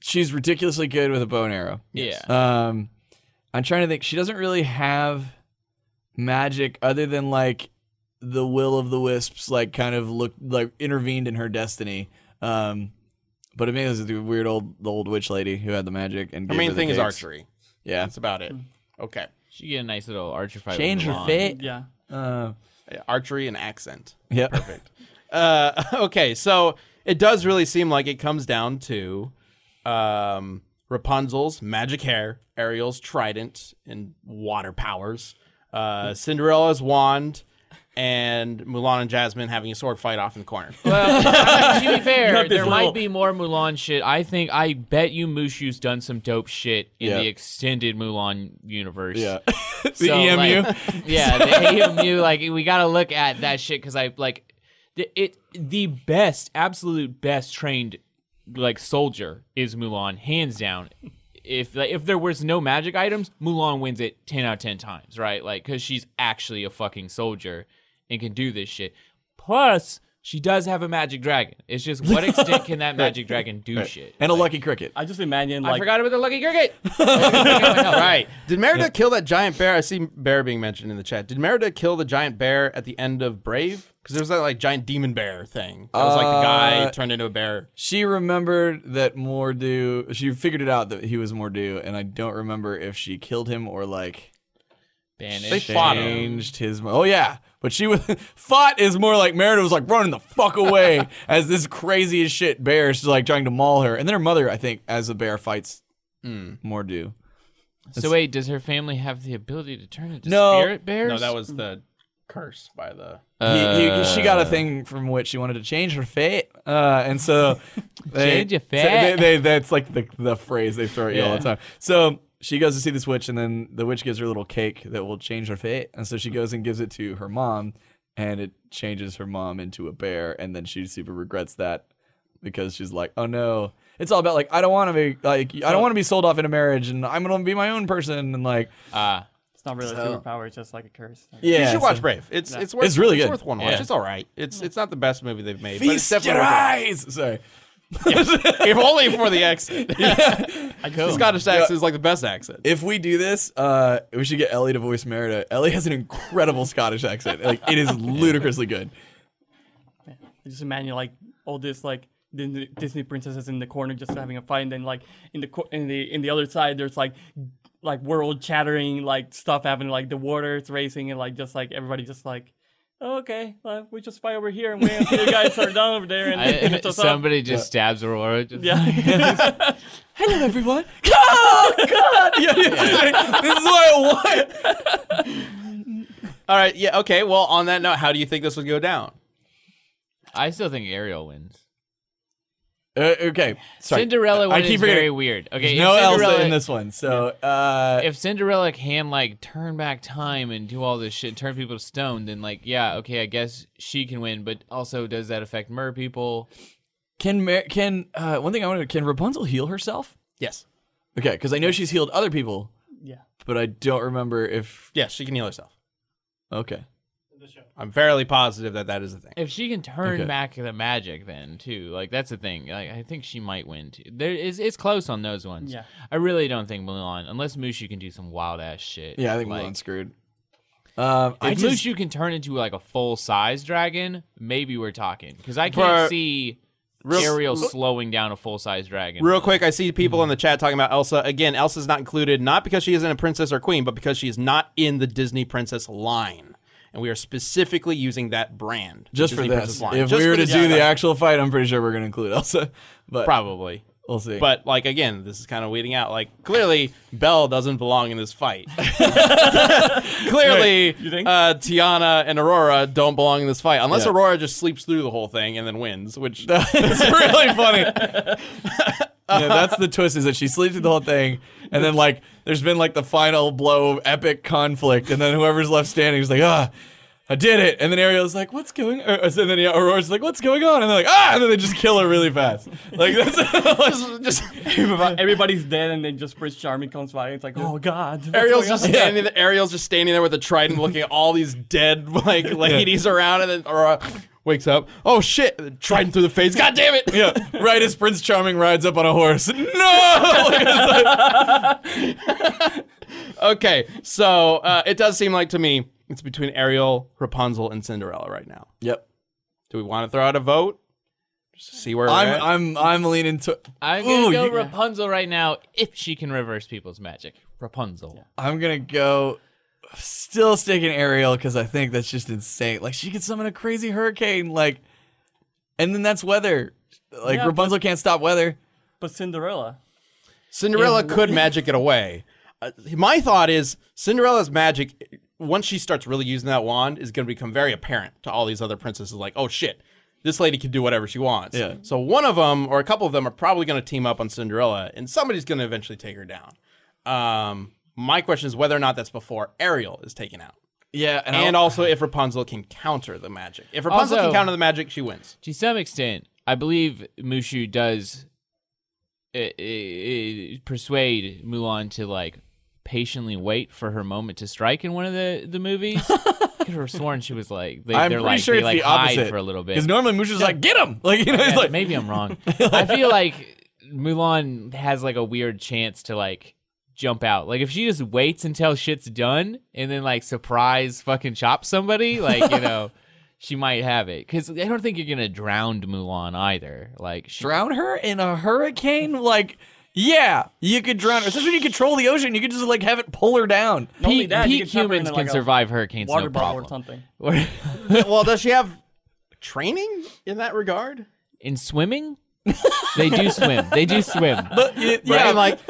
Speaker 3: she's ridiculously good with a bow and arrow.
Speaker 4: yeah.
Speaker 3: Um, I'm trying to think. She doesn't really have magic other than like the will of the wisps, like kind of looked like intervened in her destiny. Um, but I mean, it was the weird old the old witch lady who had the magic. And
Speaker 1: Her
Speaker 3: gave
Speaker 1: main
Speaker 3: her the
Speaker 1: thing is
Speaker 3: cakes.
Speaker 1: archery.
Speaker 3: Yeah.
Speaker 1: That's about it.
Speaker 4: Hmm.
Speaker 1: Okay,
Speaker 4: She get a nice little archer fight.
Speaker 3: Change
Speaker 4: with
Speaker 3: her
Speaker 4: Mulan.
Speaker 3: fit.
Speaker 5: Yeah.
Speaker 3: Uh,
Speaker 1: Uh, archery and accent.
Speaker 3: yeah.
Speaker 1: Uh, (laughs) okay, so it does really seem like it comes down to um, Rapunzel's magic hair, Ariel's trident and water powers, uh, Cinderella's wand, and Mulan and Jasmine having a sword fight off in the corner.
Speaker 3: (laughs)
Speaker 4: Well, to be fair,
Speaker 5: Got this
Speaker 4: there
Speaker 5: little-
Speaker 4: might be more Mulan shit. I think I bet you Mushu's done some dope shit in
Speaker 3: Yeah.
Speaker 4: the extended Mulan universe.
Speaker 3: Yeah.
Speaker 4: So,
Speaker 3: the EMU.
Speaker 4: like, yeah, the EMU. Like we got to look at that shit because I like the, it. The best, absolute best trained like soldier is Mulan, hands down. If like, if there was no magic items, Mulan wins it ten out of ten times, right? Like because she's actually a fucking soldier and can do this shit. Plus. She does have a magic dragon. It's just what extent can that magic dragon
Speaker 1: (laughs)
Speaker 4: do shit?
Speaker 3: and a lucky cricket.
Speaker 5: I just imagine
Speaker 4: I
Speaker 5: like
Speaker 4: forgot about the lucky cricket.
Speaker 1: right. Did Merida kill that giant bear? I see bear being mentioned in the chat. Did Merida kill the giant bear at the end of Brave? Because there was that like giant demon bear thing. That was like the guy
Speaker 3: Uh,
Speaker 1: turned into a bear.
Speaker 3: She remembered that Mordu. She figured it out that he was Mordu, and I don't remember if she killed him or like
Speaker 4: Banish.
Speaker 1: They fought him.
Speaker 3: changed his. mo- Oh yeah, but she was (laughs) fought is more like Merida was like running the fuck (laughs) away as this crazy as shit bear is like trying to maul her, and then her mother, I think, as the bear fights Hmm. Mordu.
Speaker 4: So wait, does her family have the ability to turn into
Speaker 3: No.
Speaker 4: spirit bears?
Speaker 1: No, that was the curse by the.
Speaker 3: Uh, He, he, she got a thing from which she wanted to change her fate, uh, and so they,
Speaker 4: Change your
Speaker 3: so they-
Speaker 4: fate.
Speaker 3: they- that's like the, the phrase they throw at you all the time. So she goes to see this witch, and then the witch gives her a little cake that will change her fate, and so she goes and gives it to her mom, and it changes her mom into a bear, and then she super regrets that because she's like, oh no. It's all about like I don't want to be like I don't want to be sold off in a marriage, and I'm gonna be my own person, and like
Speaker 4: Ah,
Speaker 3: (laughs)
Speaker 5: it's not really a superpower, it's just like a curse.
Speaker 3: yeah,
Speaker 1: you should
Speaker 3: so-
Speaker 1: watch Brave. It's it's worth
Speaker 3: It's really
Speaker 1: It's
Speaker 3: good. Mm.
Speaker 1: worth one watch.
Speaker 4: Yeah.
Speaker 1: It's all right. It's it's not the best movie they've made. But it's
Speaker 3: Feast
Speaker 1: definitely
Speaker 3: your
Speaker 1: worth it.
Speaker 3: eyes. Sorry.
Speaker 1: (laughs) if only for
Speaker 3: (laughs)
Speaker 1: the (laughs) accent.
Speaker 5: I just
Speaker 1: The Scottish accent is like the best accent.
Speaker 3: if we do this, uh, we should get Ellie to voice Merida. Ellie has an incredible Scottish accent. Like it
Speaker 1: (laughs)
Speaker 3: is ludicrously good.
Speaker 5: I just imagine like all this like Disney, Disney princesses in the corner just having a fight, and then like in the cor- in the in the other side, there's like like world chattering like stuff happening, like the water's racing, and like just like everybody just like. "Oh, okay, well, we just fight over here and wait until you guys are done over there and (laughs) then
Speaker 4: (laughs)
Speaker 5: finish
Speaker 4: I,
Speaker 5: us
Speaker 4: somebody just stabs Aurora. Just,
Speaker 5: up. Yeah, (laughs)
Speaker 3: Hello, everyone. Oh God! Yeah, yeah. this is what
Speaker 1: (laughs)
Speaker 3: I want.
Speaker 1: All right. Yeah. Okay. Well, on that note, how do you think this would go down?
Speaker 4: I still think Ariel wins.
Speaker 3: Uh, okay, sorry.
Speaker 4: Cinderella
Speaker 3: I
Speaker 4: one
Speaker 3: keep
Speaker 4: is
Speaker 3: forgetting.
Speaker 4: very weird. Okay,
Speaker 3: There's no
Speaker 4: if
Speaker 3: Elsa
Speaker 4: Cinderella,
Speaker 3: in this one, so uh,
Speaker 4: If Cinderella can like turn back time and do all this shit, turn people to stone, then like yeah, okay, I guess she can win. But also, does that affect mer people?
Speaker 3: can Mer- can uh, one thing I want to can Rapunzel heal herself?
Speaker 1: Yes.
Speaker 3: Okay, because I know she's healed other people,
Speaker 5: yeah.
Speaker 3: but I don't remember if.
Speaker 1: Yes. She can heal herself.
Speaker 3: Okay,
Speaker 1: I'm fairly positive that that is the thing.
Speaker 4: If she can turn
Speaker 3: Okay.
Speaker 4: back the magic, then too, like that's the thing. Like, I think she might win. Too. There is it's close on those ones.
Speaker 5: Yeah.
Speaker 4: I really don't think Mulan, unless Mushu can do some wild ass shit.
Speaker 3: yeah, I think
Speaker 4: like,
Speaker 3: Mulan's screwed. Um, I
Speaker 4: If
Speaker 3: just
Speaker 4: Mushu can turn into like a full size dragon, maybe we're talking. Because I
Speaker 1: For-
Speaker 4: can't see
Speaker 1: Real-
Speaker 4: Ariel slowing down a full size dragon.
Speaker 1: Real quick, I see people in the chat talking about Elsa. Again, Elsa's not included, not because she isn't a princess or queen, but because she is not in the Disney princess line. And we are specifically using that brand. the
Speaker 3: just for
Speaker 1: Disney
Speaker 3: this.
Speaker 1: princess line.
Speaker 3: If
Speaker 1: Just
Speaker 3: we were
Speaker 1: for
Speaker 3: to
Speaker 1: this
Speaker 3: do the
Speaker 1: discussion.
Speaker 3: actual fight, I'm pretty sure we're going to include Elsa. But
Speaker 1: Probably.
Speaker 3: We'll see.
Speaker 1: But like again, this is kind of weeding out. Like clearly, Bell doesn't belong in this fight. clearly,
Speaker 5: you think?
Speaker 1: Uh, Tiana and Aurora don't belong in this fight unless
Speaker 3: Yeah.
Speaker 1: Aurora just sleeps through the whole thing and then wins, which (laughs) is really
Speaker 3: (laughs)
Speaker 1: funny.
Speaker 3: yeah, that's the twist is that she sleeps through the whole thing, and then like there's been like the final blow, epic conflict, and then whoever's left standing is like, ah, I did it, and then Ariel's like, what's going? Or, and then yeah, Aurora's like, what's going on? And they're like, ah, and then they just kill her really fast. Like that's (laughs) just, just
Speaker 5: Everybody's dead, and then just Prince Charming comes by. And it's like, oh (laughs) god. what's
Speaker 1: Ariel's
Speaker 5: going on?"
Speaker 1: just standing. There, Ariel's just standing there with a trident, looking at all these dead like ladies around, and then Aurora wakes up. Oh shit! Trident through the face. God damn it!
Speaker 3: yeah, right as Prince Charming rides up on a horse, no.
Speaker 1: (laughs) Okay, so uh, it does seem like to me it's between Ariel, Rapunzel, and Cinderella right now.
Speaker 3: yep.
Speaker 1: Do we want to throw out a vote? Just to see where we're at?
Speaker 3: I'm I'm I'm leaning to
Speaker 4: I'm gonna
Speaker 3: Ooh,
Speaker 4: go
Speaker 3: you-
Speaker 4: Rapunzel right now if she can reverse people's magic. Rapunzel.
Speaker 3: I'm gonna go. Still sticking Ariel because I think that's just insane. Like she could summon a crazy hurricane, like, and then that's weather. Like
Speaker 5: Yeah,
Speaker 3: Rapunzel can't stop weather.
Speaker 5: But Cinderella.
Speaker 1: Cinderella could magic it away. Uh, my thought is Cinderella's magic, once she starts really using that wand, is going to become very apparent to all these other princesses. Like, oh shit, this lady can do whatever she wants.
Speaker 3: Yeah.
Speaker 1: So one of them or a couple of them are probably going to team up on Cinderella, and somebody's going to eventually take her down. Um, my question is whether or not that's before Ariel is taken out.
Speaker 3: Yeah, and,
Speaker 1: And
Speaker 3: I'll-
Speaker 1: also if Rapunzel can counter the magic. If Rapunzel
Speaker 4: Also-
Speaker 1: can counter the magic,
Speaker 3: (laughs)
Speaker 1: she wins.
Speaker 4: To some extent, I believe Mushu does uh, uh, persuade Mulan to like patiently wait for her moment to strike in one of the the movies. I could have sworn she was like they,
Speaker 3: I'm
Speaker 4: they're
Speaker 3: pretty
Speaker 4: like
Speaker 3: sure
Speaker 4: they
Speaker 3: it's
Speaker 4: like
Speaker 3: the
Speaker 4: hide
Speaker 3: opposite
Speaker 4: for a little bit.
Speaker 3: because normally Mushu's like, "Get him!" Like you know, he's
Speaker 4: Yeah,
Speaker 3: like,
Speaker 4: maybe I'm
Speaker 5: (laughs)
Speaker 4: wrong. I feel like Mulan has like a weird chance to like jump out. Like if she just waits until shit's done and then like surprise fucking chop somebody, like you
Speaker 5: (laughs)
Speaker 4: know, she might have it. Because I don't think you're gonna drown Mulan either. Like she,
Speaker 3: drown her in a hurricane. Like, yeah, you could drown her. Especially when you control the ocean, you could just like have it pull her down.
Speaker 5: Not only
Speaker 4: peak,
Speaker 5: that, you
Speaker 4: peak
Speaker 5: can chop her
Speaker 4: humans
Speaker 5: into,
Speaker 4: can
Speaker 5: like, a
Speaker 4: survive hurricanes,
Speaker 5: Water
Speaker 4: no
Speaker 5: bottle or
Speaker 4: problem.
Speaker 5: something.
Speaker 1: well, does she have training in that regard?
Speaker 4: (laughs) In
Speaker 5: (laughs)
Speaker 4: swimming, they do swim. They do swim.
Speaker 3: But (laughs) it- yeah,
Speaker 1: Right? Like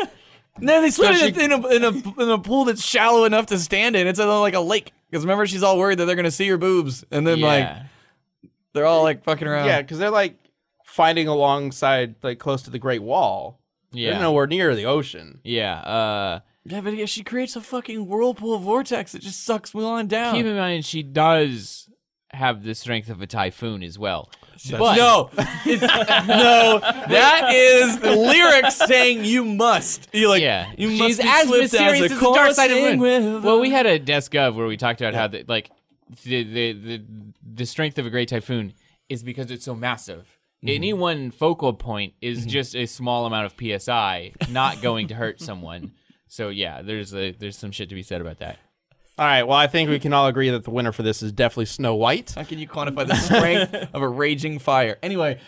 Speaker 3: No, they swim
Speaker 1: So
Speaker 3: in, a, in, a, in, a, in a pool that's shallow enough to stand in. It's uh, like a lake. Because remember, she's all worried that they're going to see her boobs. And then, like,
Speaker 4: yeah.
Speaker 3: they're all, like, fucking around.
Speaker 1: Yeah, because they're like fighting alongside, like close to the Great Wall.
Speaker 4: yeah.
Speaker 1: They're nowhere near the ocean.
Speaker 4: yeah. Uh
Speaker 3: Yeah, but yeah, she creates a fucking whirlpool vortex that just sucks Mulan down.
Speaker 4: keep in mind she does have the strength of a typhoon as well. But
Speaker 3: no, It's- no, that is lyrics saying you must. You like,
Speaker 4: yeah,
Speaker 3: (laughs) you must
Speaker 4: she's
Speaker 3: be
Speaker 4: as
Speaker 3: swift
Speaker 4: mysterious as,
Speaker 3: a
Speaker 4: the dark side of the
Speaker 3: coursing
Speaker 4: moon.
Speaker 3: with
Speaker 4: Well,
Speaker 3: a-
Speaker 4: we had a desk of where we talked about how the, like the, the the the strength of a great typhoon is because it's so massive.
Speaker 3: Mm-hmm.
Speaker 4: Any one focal point is just a small amount of psi, not going to hurt someone. So yeah, there's a, there's some shit to be said about that.
Speaker 1: All right. Well, I think we can all agree that the winner for this is definitely Snow White.
Speaker 3: How can you quantify the strength of a raging fire? Anyway,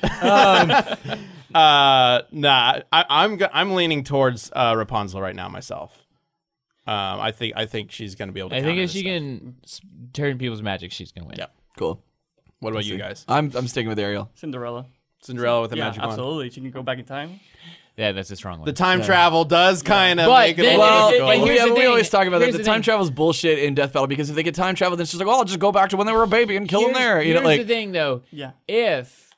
Speaker 1: Uh, nah, I, I'm go- I'm leaning towards uh, Rapunzel right now myself. Um, I think I think she's gonna be able to.
Speaker 4: I think
Speaker 1: counter
Speaker 4: if
Speaker 1: this
Speaker 4: she
Speaker 1: stuff.
Speaker 4: can s- turn people's magic, she's gonna win.
Speaker 1: Yeah.
Speaker 3: cool.
Speaker 1: What about you guys?
Speaker 3: I'm, I'm sticking with Ariel.
Speaker 5: Cinderella.
Speaker 1: Cinderella with the
Speaker 5: Yeah,
Speaker 1: magic wand.
Speaker 5: absolutely. She can go back in time.
Speaker 4: Yeah, that's a strong one.
Speaker 1: The time travel does kind of
Speaker 4: But
Speaker 1: make it
Speaker 4: then-
Speaker 1: a
Speaker 4: Well,
Speaker 1: little
Speaker 3: Well,
Speaker 4: it-
Speaker 1: difficult.
Speaker 4: here's
Speaker 3: we,
Speaker 4: the
Speaker 3: we
Speaker 4: thing.
Speaker 3: always talk about that.
Speaker 4: Here's
Speaker 3: The,
Speaker 4: the
Speaker 3: time
Speaker 4: thing.
Speaker 3: travel's bullshit in Death Battle because if they get time travel, then it's just like, oh, I'll just go back to when they were a baby and kill them
Speaker 4: Here's-
Speaker 3: there. You know,
Speaker 4: here's
Speaker 3: like
Speaker 4: the thing though.
Speaker 5: Yeah.
Speaker 4: If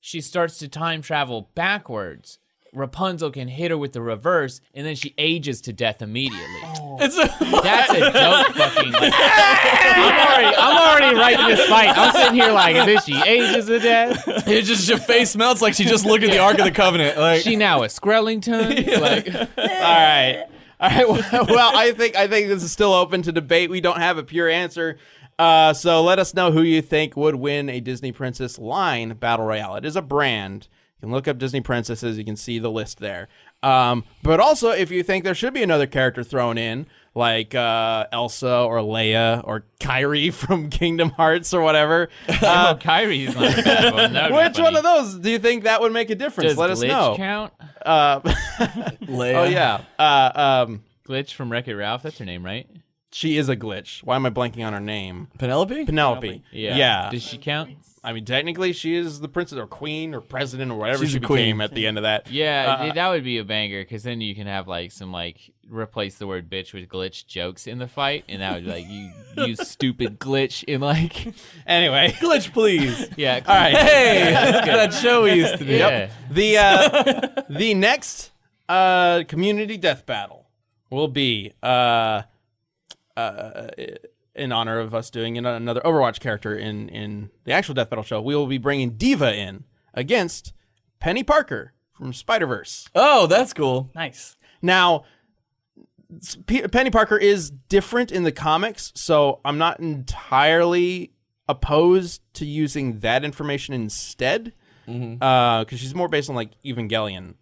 Speaker 4: she starts to time travel backwards, Rapunzel can hit her with the reverse, and then she ages to death immediately.
Speaker 1: Oh.
Speaker 3: it's a,
Speaker 4: (laughs) That's a dope fucking. Like, I'm already, I'm already right in this fight. I'm sitting here like, and then she ages
Speaker 3: (laughs)
Speaker 4: to death.
Speaker 3: it just your face melts like she just looked at the Ark of the Covenant.
Speaker 1: (laughs)
Speaker 3: Like
Speaker 4: She now a Skrellington. Like,
Speaker 1: All right. All right. (laughs) Well, well, I think I think this is still open to debate. We don't have a pure answer. Uh, so let us know who you think would win a Disney Princess line battle royale. It is a brand. You can look up Disney Princesses. You can see the list there. Um, but also, if you think there should be another character thrown in, like uh, Elsa or Leia or Kyrie (laughs) from Kingdom Hearts or
Speaker 4: (laughs)
Speaker 1: whatever,
Speaker 4: oh, Kyrie's not a bad one. That would be
Speaker 1: Uh, which one
Speaker 4: funny.
Speaker 1: of those do you think that would make a difference?
Speaker 4: Does
Speaker 1: let us
Speaker 4: glitch
Speaker 1: know.
Speaker 4: count?
Speaker 1: Uh,
Speaker 3: Leia.
Speaker 1: oh yeah. um, Uh, um,
Speaker 4: Glitch from Wreck-It Ralph. That's her name, right?
Speaker 1: She is a glitch. Why am I blanking on her name?
Speaker 3: Penelope?
Speaker 1: Penelope.
Speaker 4: Yeah.
Speaker 1: Yeah.
Speaker 4: Does she count?
Speaker 1: I mean, technically, she is the princess or queen or president or whatever
Speaker 3: She's
Speaker 1: she
Speaker 3: the queen.
Speaker 1: became at the end of that.
Speaker 4: Yeah,
Speaker 1: Uh,
Speaker 4: th- that would be a banger because then you can have like some like replace the word bitch with glitch jokes in the fight, and that would be like you you stupid glitch in
Speaker 1: (laughs)
Speaker 4: like
Speaker 1: Uh, Anyway,
Speaker 3: (laughs) Glitch, please.
Speaker 4: yeah.
Speaker 1: (laughs) all right. (laughs)
Speaker 3: hey, that's that show we used to do.
Speaker 4: Yeah.
Speaker 3: (laughs)
Speaker 1: The uh, the next uh, community death battle will be uh, uh, in honor of us doing an- another Overwatch character in in the actual death battle show. We will be bringing Diva in against Penny Parker from Spider Verse.
Speaker 3: Oh, that's cool.
Speaker 5: Nice.
Speaker 1: Now, s- P- Penny Parker is different in the comics, so I'm not entirely opposed to using that information instead, because she's more based on like Evangelion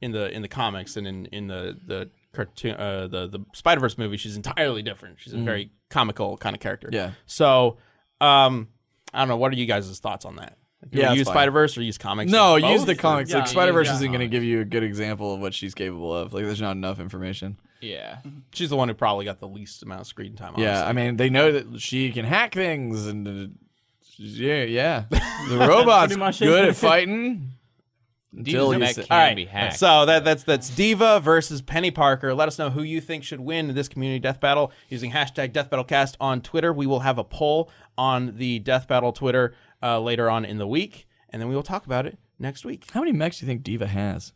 Speaker 1: in the in the comics and in in the the cartoon uh, the the Spider Verse movie. She's entirely different. She's a very comical kind of character.
Speaker 3: Yeah.
Speaker 1: So, um, I don't know. What are you guys' thoughts on that? Do
Speaker 3: Yeah,
Speaker 1: you
Speaker 3: it's
Speaker 1: use
Speaker 3: fine.
Speaker 1: Spider Verse or use comics?
Speaker 3: No,
Speaker 1: Both?
Speaker 3: use the comics.
Speaker 5: Yeah,
Speaker 3: like Spider Verse
Speaker 4: use the
Speaker 3: isn't going to give you a good example of what she's capable of. Like, there's not enough information.
Speaker 4: Yeah.
Speaker 1: She's the one who probably got the least amount of screen time. Honestly.
Speaker 3: Yeah, I mean, they know that she can hack things, and uh, yeah, yeah. The robot's
Speaker 5: Pretty much it.
Speaker 3: good at fighting. Until you
Speaker 4: Divas
Speaker 3: say-
Speaker 4: can
Speaker 1: All right.
Speaker 4: be hacked.
Speaker 1: So that that's that's Diva versus Penny Parker. Let us know who you think should win this community death battle using hashtag Death Battle Cast on Twitter. We will have a poll on the death battle Twitter uh, later on in the week, and then we will talk about it next week.
Speaker 3: How many mechs do you think Diva has?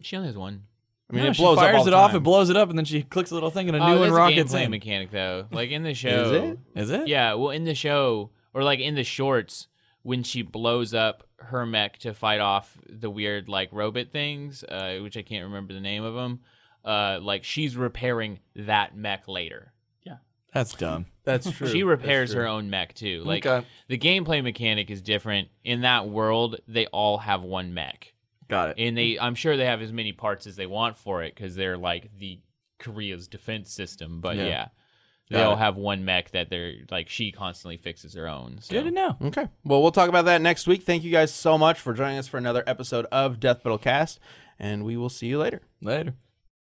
Speaker 4: she only has one.
Speaker 1: I mean,
Speaker 3: No,
Speaker 1: it
Speaker 3: she
Speaker 1: blows up
Speaker 3: fires
Speaker 1: all the
Speaker 3: it off,
Speaker 1: time.
Speaker 3: it blows it up, and then she clicks a little thing, and a
Speaker 4: oh,
Speaker 3: new one
Speaker 4: that's
Speaker 3: rockets
Speaker 4: a gameplay
Speaker 3: in.
Speaker 4: mechanic though. Like in the show.
Speaker 1: it?
Speaker 3: Is it?
Speaker 4: Yeah, well, in the show, or like in the shorts, when she blows up her mech to fight off the weird like robot things, uh, which I can't remember the name of them. Uh, like she's repairing that mech later.
Speaker 3: that's dumb. (laughs)
Speaker 1: That's true.
Speaker 4: She repairs
Speaker 1: That's
Speaker 4: her own mech too. Like
Speaker 3: Okay.
Speaker 4: the gameplay mechanic is different. In that world, they all have one mech,
Speaker 3: Got it.
Speaker 4: and they I'm sure they have as many parts as they want for it because they're like the Korea's defense system. But
Speaker 3: Yeah.
Speaker 4: yeah. They
Speaker 3: Got
Speaker 4: all
Speaker 3: it.
Speaker 4: have one mech that they're like she constantly fixes her own. So.
Speaker 3: Good to know.
Speaker 1: Okay. Well, we'll talk about that next week. Thank you guys so much for joining us for another episode of Death Battle Cast, and we will see you later.
Speaker 3: Later.